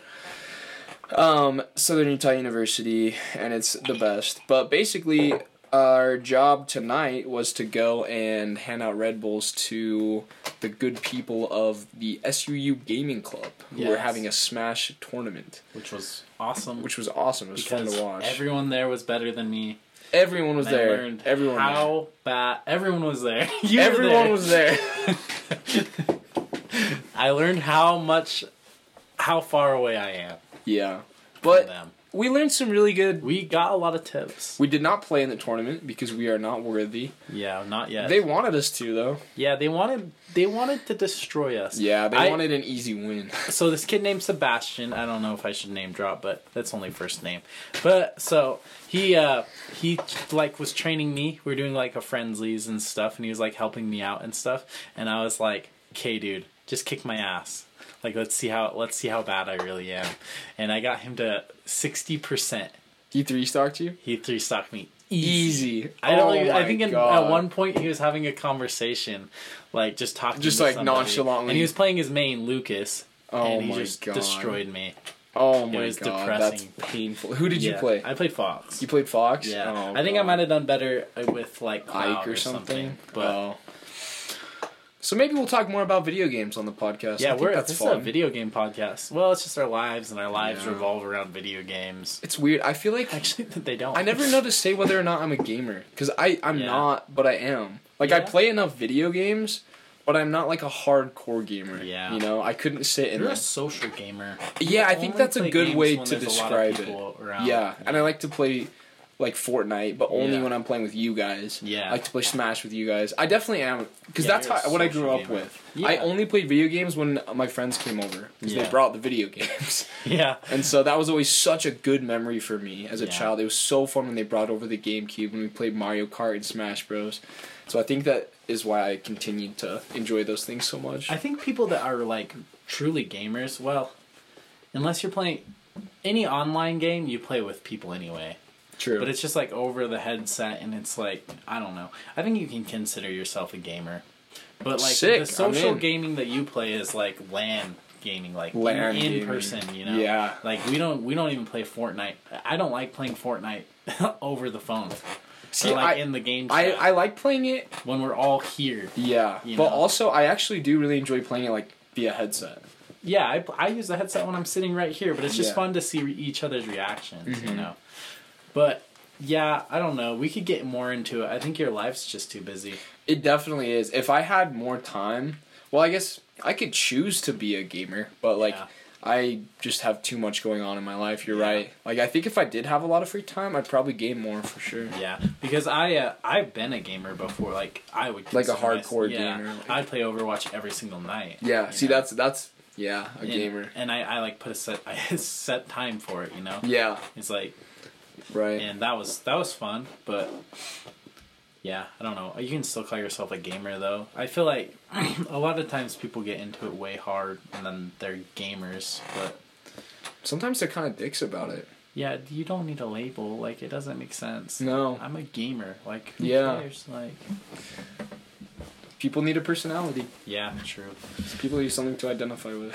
S1: um, Southern Utah University, and it's the best. But basically, our job tonight was to go and hand out Red Bulls to the good people of the SUU Gaming Club, who were
S2: Yes.
S1: having a Smash tournament,
S2: Which was awesome.
S1: which was awesome. It was
S2: because
S1: fun to watch.
S2: everyone there was better than me.
S1: everyone was
S2: and I
S1: there.
S2: learned
S1: Everyone.
S2: how bad everyone was there. You were
S1: Everyone was there.
S2: I learned how much, how far away I am
S1: Yeah.
S2: from
S1: But
S2: them.
S1: we learned some really good.
S2: We got a lot of tips.
S1: We did not play in the tournament because we are not worthy.
S2: Yeah, not yet.
S1: They wanted us to though.
S2: yeah, they wanted they wanted to destroy us.
S1: Yeah, they
S2: I-
S1: wanted an easy win.
S2: so this kid named Sebastian, I don't know if I should name drop, but that's only first name. But so he uh he like was training me. We were doing like a friendlies and stuff and he was like helping me out and stuff and I was like, "Okay, dude, just kick my ass. Like let's see how let's see how bad I really am." And I got him to 60%.
S1: He three stocked you.
S2: He three stocked me
S1: Easy.
S2: I don't.
S1: Oh
S2: even, I
S1: my
S2: think in,
S1: God.
S2: at one point he was having a conversation, like just talking,
S1: Just,
S2: to
S1: like,
S2: somebody.
S1: nonchalantly.
S2: and he was playing his main Lucas,
S1: Oh
S2: and he
S1: my
S2: just
S1: God.
S2: destroyed me.
S1: Oh my
S2: was
S1: god,
S2: depressing.
S1: that's painful. Who did you
S2: Yeah.
S1: play?
S2: I played Fox.
S1: you played Fox.
S2: yeah,
S1: Oh,
S2: I think I
S1: God.
S2: might have done better uh, with like Cloud
S1: Ike or something.
S2: But
S1: Oh. So maybe we'll talk more about video games on the podcast. I
S2: yeah,
S1: think
S2: we're
S1: that's
S2: this is a
S1: fun.
S2: video game podcast. Well, it's just our lives, and our lives
S1: Yeah.
S2: revolve around video games.
S1: It's weird. I feel like
S2: Actually, they don't.
S1: I never know to say whether or not I'm a gamer because I I'm
S2: Yeah.
S1: not, but I am. Like I
S2: Yeah.
S1: play enough video games, but I'm not like a hardcore gamer.
S2: Yeah.
S1: you know, I couldn't sit in.
S2: You're a
S1: Like,
S2: social gamer.
S1: yeah, I think
S2: Only
S1: that's a
S2: play
S1: good
S2: games
S1: way
S2: when
S1: to
S2: there's a lot of
S1: describe it.
S2: people around.
S1: Yeah, and I like to play like Fortnite, but only
S2: Yeah.
S1: when I'm playing with you guys.
S2: Yeah.
S1: I like to play Smash with you guys. I definitely am because
S2: Yeah,
S1: that's
S2: you're a
S1: how, what I grew
S2: social
S1: up
S2: gamer.
S1: with.
S2: Yeah.
S1: I only played video games when my friends came over because they
S2: Yeah.
S1: brought the video games,
S2: Yeah.
S1: and so that was always such a good memory for me as a
S2: Yeah.
S1: child. It was so fun when they brought over the GameCube when we played Mario Kart and Smash Bros. So I think that is why I continued to enjoy those things so much.
S2: I think people that are like truly gamers, well, unless you're playing any online game, you play with people anyway.
S1: True,
S2: But it's just like over the headset, and it's like I don't know. I think you can consider yourself a gamer, but like
S1: Sick,
S2: the
S1: I'm
S2: social
S1: in.
S2: gaming that you play is like LAN gaming, like
S1: LAN
S2: in
S1: gaming.
S2: person. You know,
S1: Yeah.
S2: Like we don't we don't even play Fortnite. I don't like playing Fortnite over the phone.
S1: See,
S2: or like
S1: I-
S2: in the game
S1: I
S2: chat
S1: I like playing it
S2: when we're all here.
S1: Yeah,
S2: You
S1: but
S2: know?
S1: also I actually do really enjoy playing it like via headset.
S2: Yeah, I, I use the headset when I'm sitting right here, but it's just
S1: Yeah. Mm-hmm.
S2: fun to see re- each other's reactions, you know. But yeah, I don't know. We could get more into it. I think your life's just too busy.
S1: It definitely is. If I had more time, well, I guess I could choose to be a gamer, but like
S2: Yeah.
S1: I just have too much going on in my life. You're right. Like I think if I did have a lot of free time, I'd probably game more for sure.
S2: Yeah, because I uh, I've been a gamer before. Like I would
S1: Like a
S2: consider myself-
S1: hardcore
S2: yeah,
S1: gamer, like-
S2: I play Overwatch every single night.
S1: Yeah.
S2: you
S1: See,
S2: know?
S1: that's that's yeah, a
S2: and,
S1: gamer.
S2: And I, I like put a set I set time for it. You know.
S1: Yeah.
S2: It's like
S1: Right.
S2: and that was that was fun, but yeah, I don't know. You can still call yourself a gamer though. I feel like a lot of times people get into it way hard and then they're gamers, but
S1: Sometimes they're kind of dicks about it.
S2: yeah, you don't need a label. Like it doesn't make sense.
S1: No.
S2: I'm a gamer. Like who
S1: Yeah.
S2: cares? Like
S1: People need a personality.
S2: yeah, true.
S1: People need something to identify with.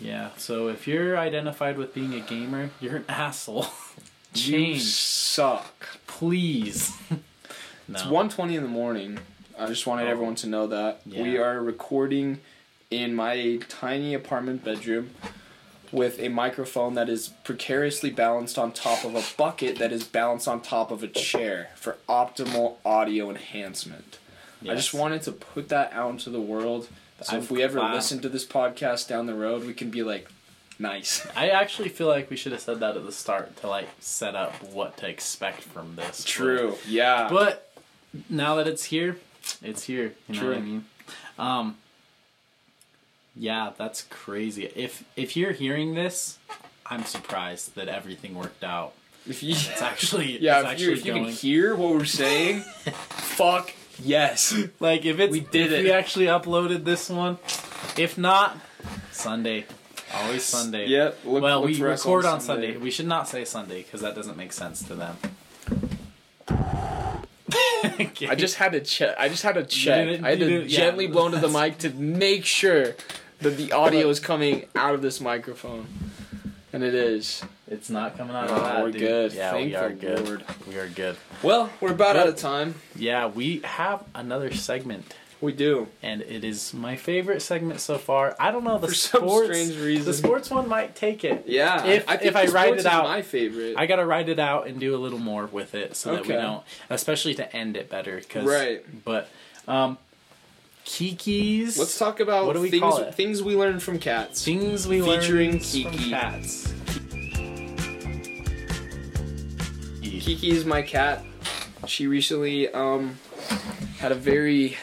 S2: Yeah. So if you're identified with being a gamer, you're an asshole.
S1: You
S2: Change,
S1: suck.
S2: please. no.
S1: It's one twenty in the morning. I just wanted
S2: Oh.
S1: everyone to know that
S2: Yeah.
S1: we are recording in my tiny apartment bedroom with a microphone that is precariously balanced on top of a bucket that is balanced on top of a chair for optimal audio enhancement. I just
S2: Yes.
S1: wanted to put that out into the world. So
S2: I'm
S1: if we ever
S2: glad.
S1: listen to this podcast down the road, we can be like, nice.
S2: I actually feel like we should have said that at the start to like set up what to expect from this.
S1: True. Yeah.
S2: But now that it's here, it's here. You know
S1: True.
S2: what I mean? Um Yeah, that's crazy. If if you're hearing this, I'm surprised that everything worked out.
S1: if you,
S2: It's actually
S1: yeah,
S2: it's
S1: if,
S2: actually
S1: you if you can
S2: going.
S1: hear what we're saying, fuck yes.
S2: Like if it's
S1: We did
S2: if
S1: it.
S2: we actually uploaded this one. If not, Sunday. Always Sunday.
S1: Yep. Look,
S2: Well,
S1: look
S2: we
S1: for us
S2: record on Sunday. We should not say Sunday because that doesn't make sense to them. Okay.
S1: I just had to check. I just had to check.
S2: didn't-
S1: I had
S2: you
S1: to
S2: didn't- yeah.
S1: gently blow into the mic to make sure that the audio is coming out of this microphone, and it is.
S2: It's not coming out
S1: Oh,
S2: of that.
S1: we're
S2: dude.
S1: good.
S2: Yeah,
S1: Thank
S2: we are
S1: the
S2: good.
S1: Lord.
S2: We are good.
S1: Well, we're about
S2: Yep.
S1: out of time.
S2: Yeah, we have another segment,
S1: We do.
S2: and it is my favorite segment so far. I don't know the
S1: For some
S2: sports.
S1: strange reason.
S2: The sports one might take it.
S1: Yeah.
S2: If-
S1: I think
S2: if I
S1: the
S2: write
S1: sports is
S2: it out-
S1: my favorite.
S2: I gotta write it out and do a little more with it so that we
S1: Okay.
S2: don't, especially to end it better. 'cause-
S1: Right.
S2: But um, Kiki's.
S1: Let's talk about
S2: What do we
S1: things
S2: call it?
S1: things we learned from cats.
S2: things we
S1: Featuring
S2: learned from
S1: Kiki.
S2: cats.
S1: Kiki is my cat. She recently um, had a very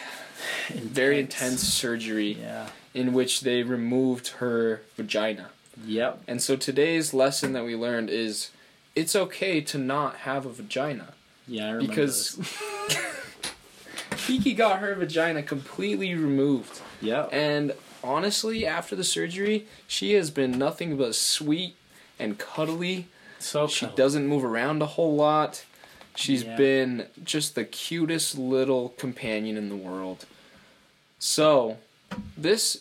S1: very intense surgery
S2: Yeah.
S1: in which they removed her vagina.
S2: Yep.
S1: And so today's lesson that we learned is it's okay to not have a vagina
S2: Yeah, I remember
S1: because
S2: this.
S1: Kiki got her vagina completely removed.
S2: Yep.
S1: And honestly, after the surgery, she has been nothing but sweet and cuddly.
S2: so
S1: She
S2: cuddly.
S1: doesn't move around a whole lot. She's
S2: Yeah.
S1: been just the cutest little companion in the world. So, this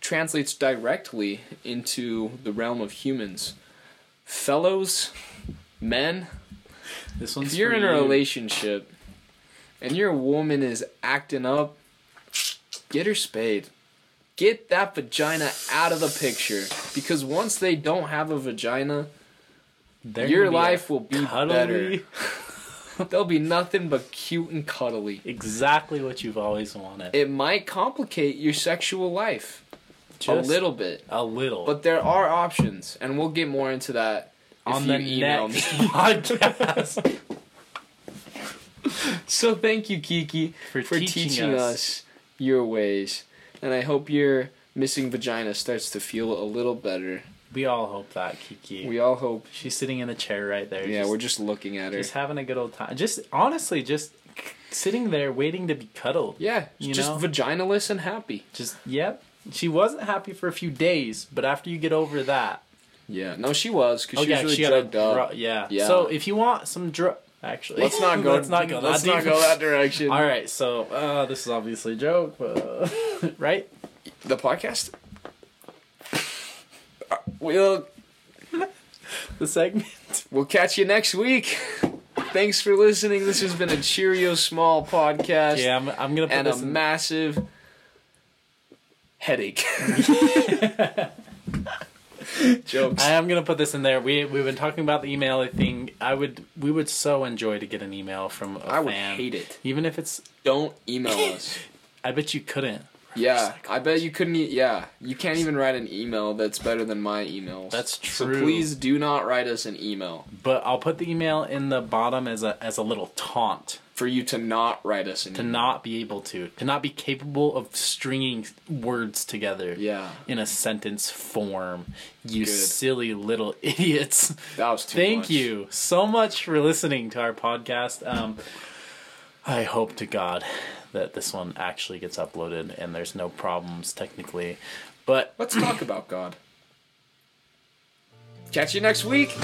S1: translates directly into the realm of humans. Fellows, men,
S2: This one's
S1: if you're
S2: for
S1: in a
S2: you.
S1: relationship and your woman is acting up, get her spayed. Get that vagina out of the picture because once they don't have a vagina,
S2: They're
S1: your
S2: gonna be
S1: life will be
S2: cuddly-
S1: better. They'll be nothing but cute and cuddly.
S2: Exactly what you've always wanted.
S1: It might complicate your sexual life a
S2: Just
S1: little bit,
S2: A little.
S1: but there are options, and we'll get more into that if
S2: on
S1: you
S2: the
S1: email
S2: next
S1: me.
S2: podcast.
S1: So thank you, Kiki,
S2: For teaching
S1: teaching
S2: us.
S1: us your ways, and I hope your missing vagina starts to feel a little better.
S2: we all hope that Kiki.
S1: We all hope.
S2: She's sitting in a chair right there.
S1: Yeah,
S2: just,
S1: we're just looking at her.
S2: just having a good old time. Just honestly, just sitting there waiting to be cuddled.
S1: Yeah,
S2: you
S1: just
S2: know?
S1: vaginaless and happy.
S2: Just yep. She wasn't happy for a few days, but after you get over that,
S1: Yeah, no, she was because
S2: oh
S1: she
S2: yeah,
S1: was really
S2: she had a
S1: drugged up.
S2: dro- yeah.
S1: Yeah.
S2: So if you want some drug, actually,
S1: Let's not go.
S2: let's not go.
S1: Let's
S2: that
S1: not
S2: deep.
S1: go that direction.
S2: All right, so uh, this is obviously a joke, but, right?
S1: The podcast? Uh, We'll
S2: The segment.
S1: we'll catch you next week. Thanks for listening. This has been a Cheerio Small podcast
S2: Yeah, I'm, I'm gonna put
S1: and a
S2: this in.
S1: massive headache. Jokes.
S2: I am gonna put this in there. We we've been talking about the email thing. I would we would so enjoy to get an email from a
S1: I would
S2: fan.
S1: hate it.
S2: even if it's.
S1: Don't email us.
S2: I bet you couldn't.
S1: Yeah, I bet you couldn't. E- yeah, you can't even write an email that's better than my emails.
S2: That's
S1: So
S2: true.
S1: please do not write us an email
S2: But I'll put the email in the bottom as a as a little taunt
S1: for you to not write us an
S2: to
S1: email.
S2: not be able to to not be capable of stringing words together.
S1: Yeah,
S2: In a sentence form, you
S1: Good.
S2: silly little idiots.
S1: that was too
S2: Thank
S1: much.
S2: you so much for listening to our podcast. Um, I hope to God that this one actually gets uploaded and there's no problems technically. But
S1: Let's talk about God. Catch you next week.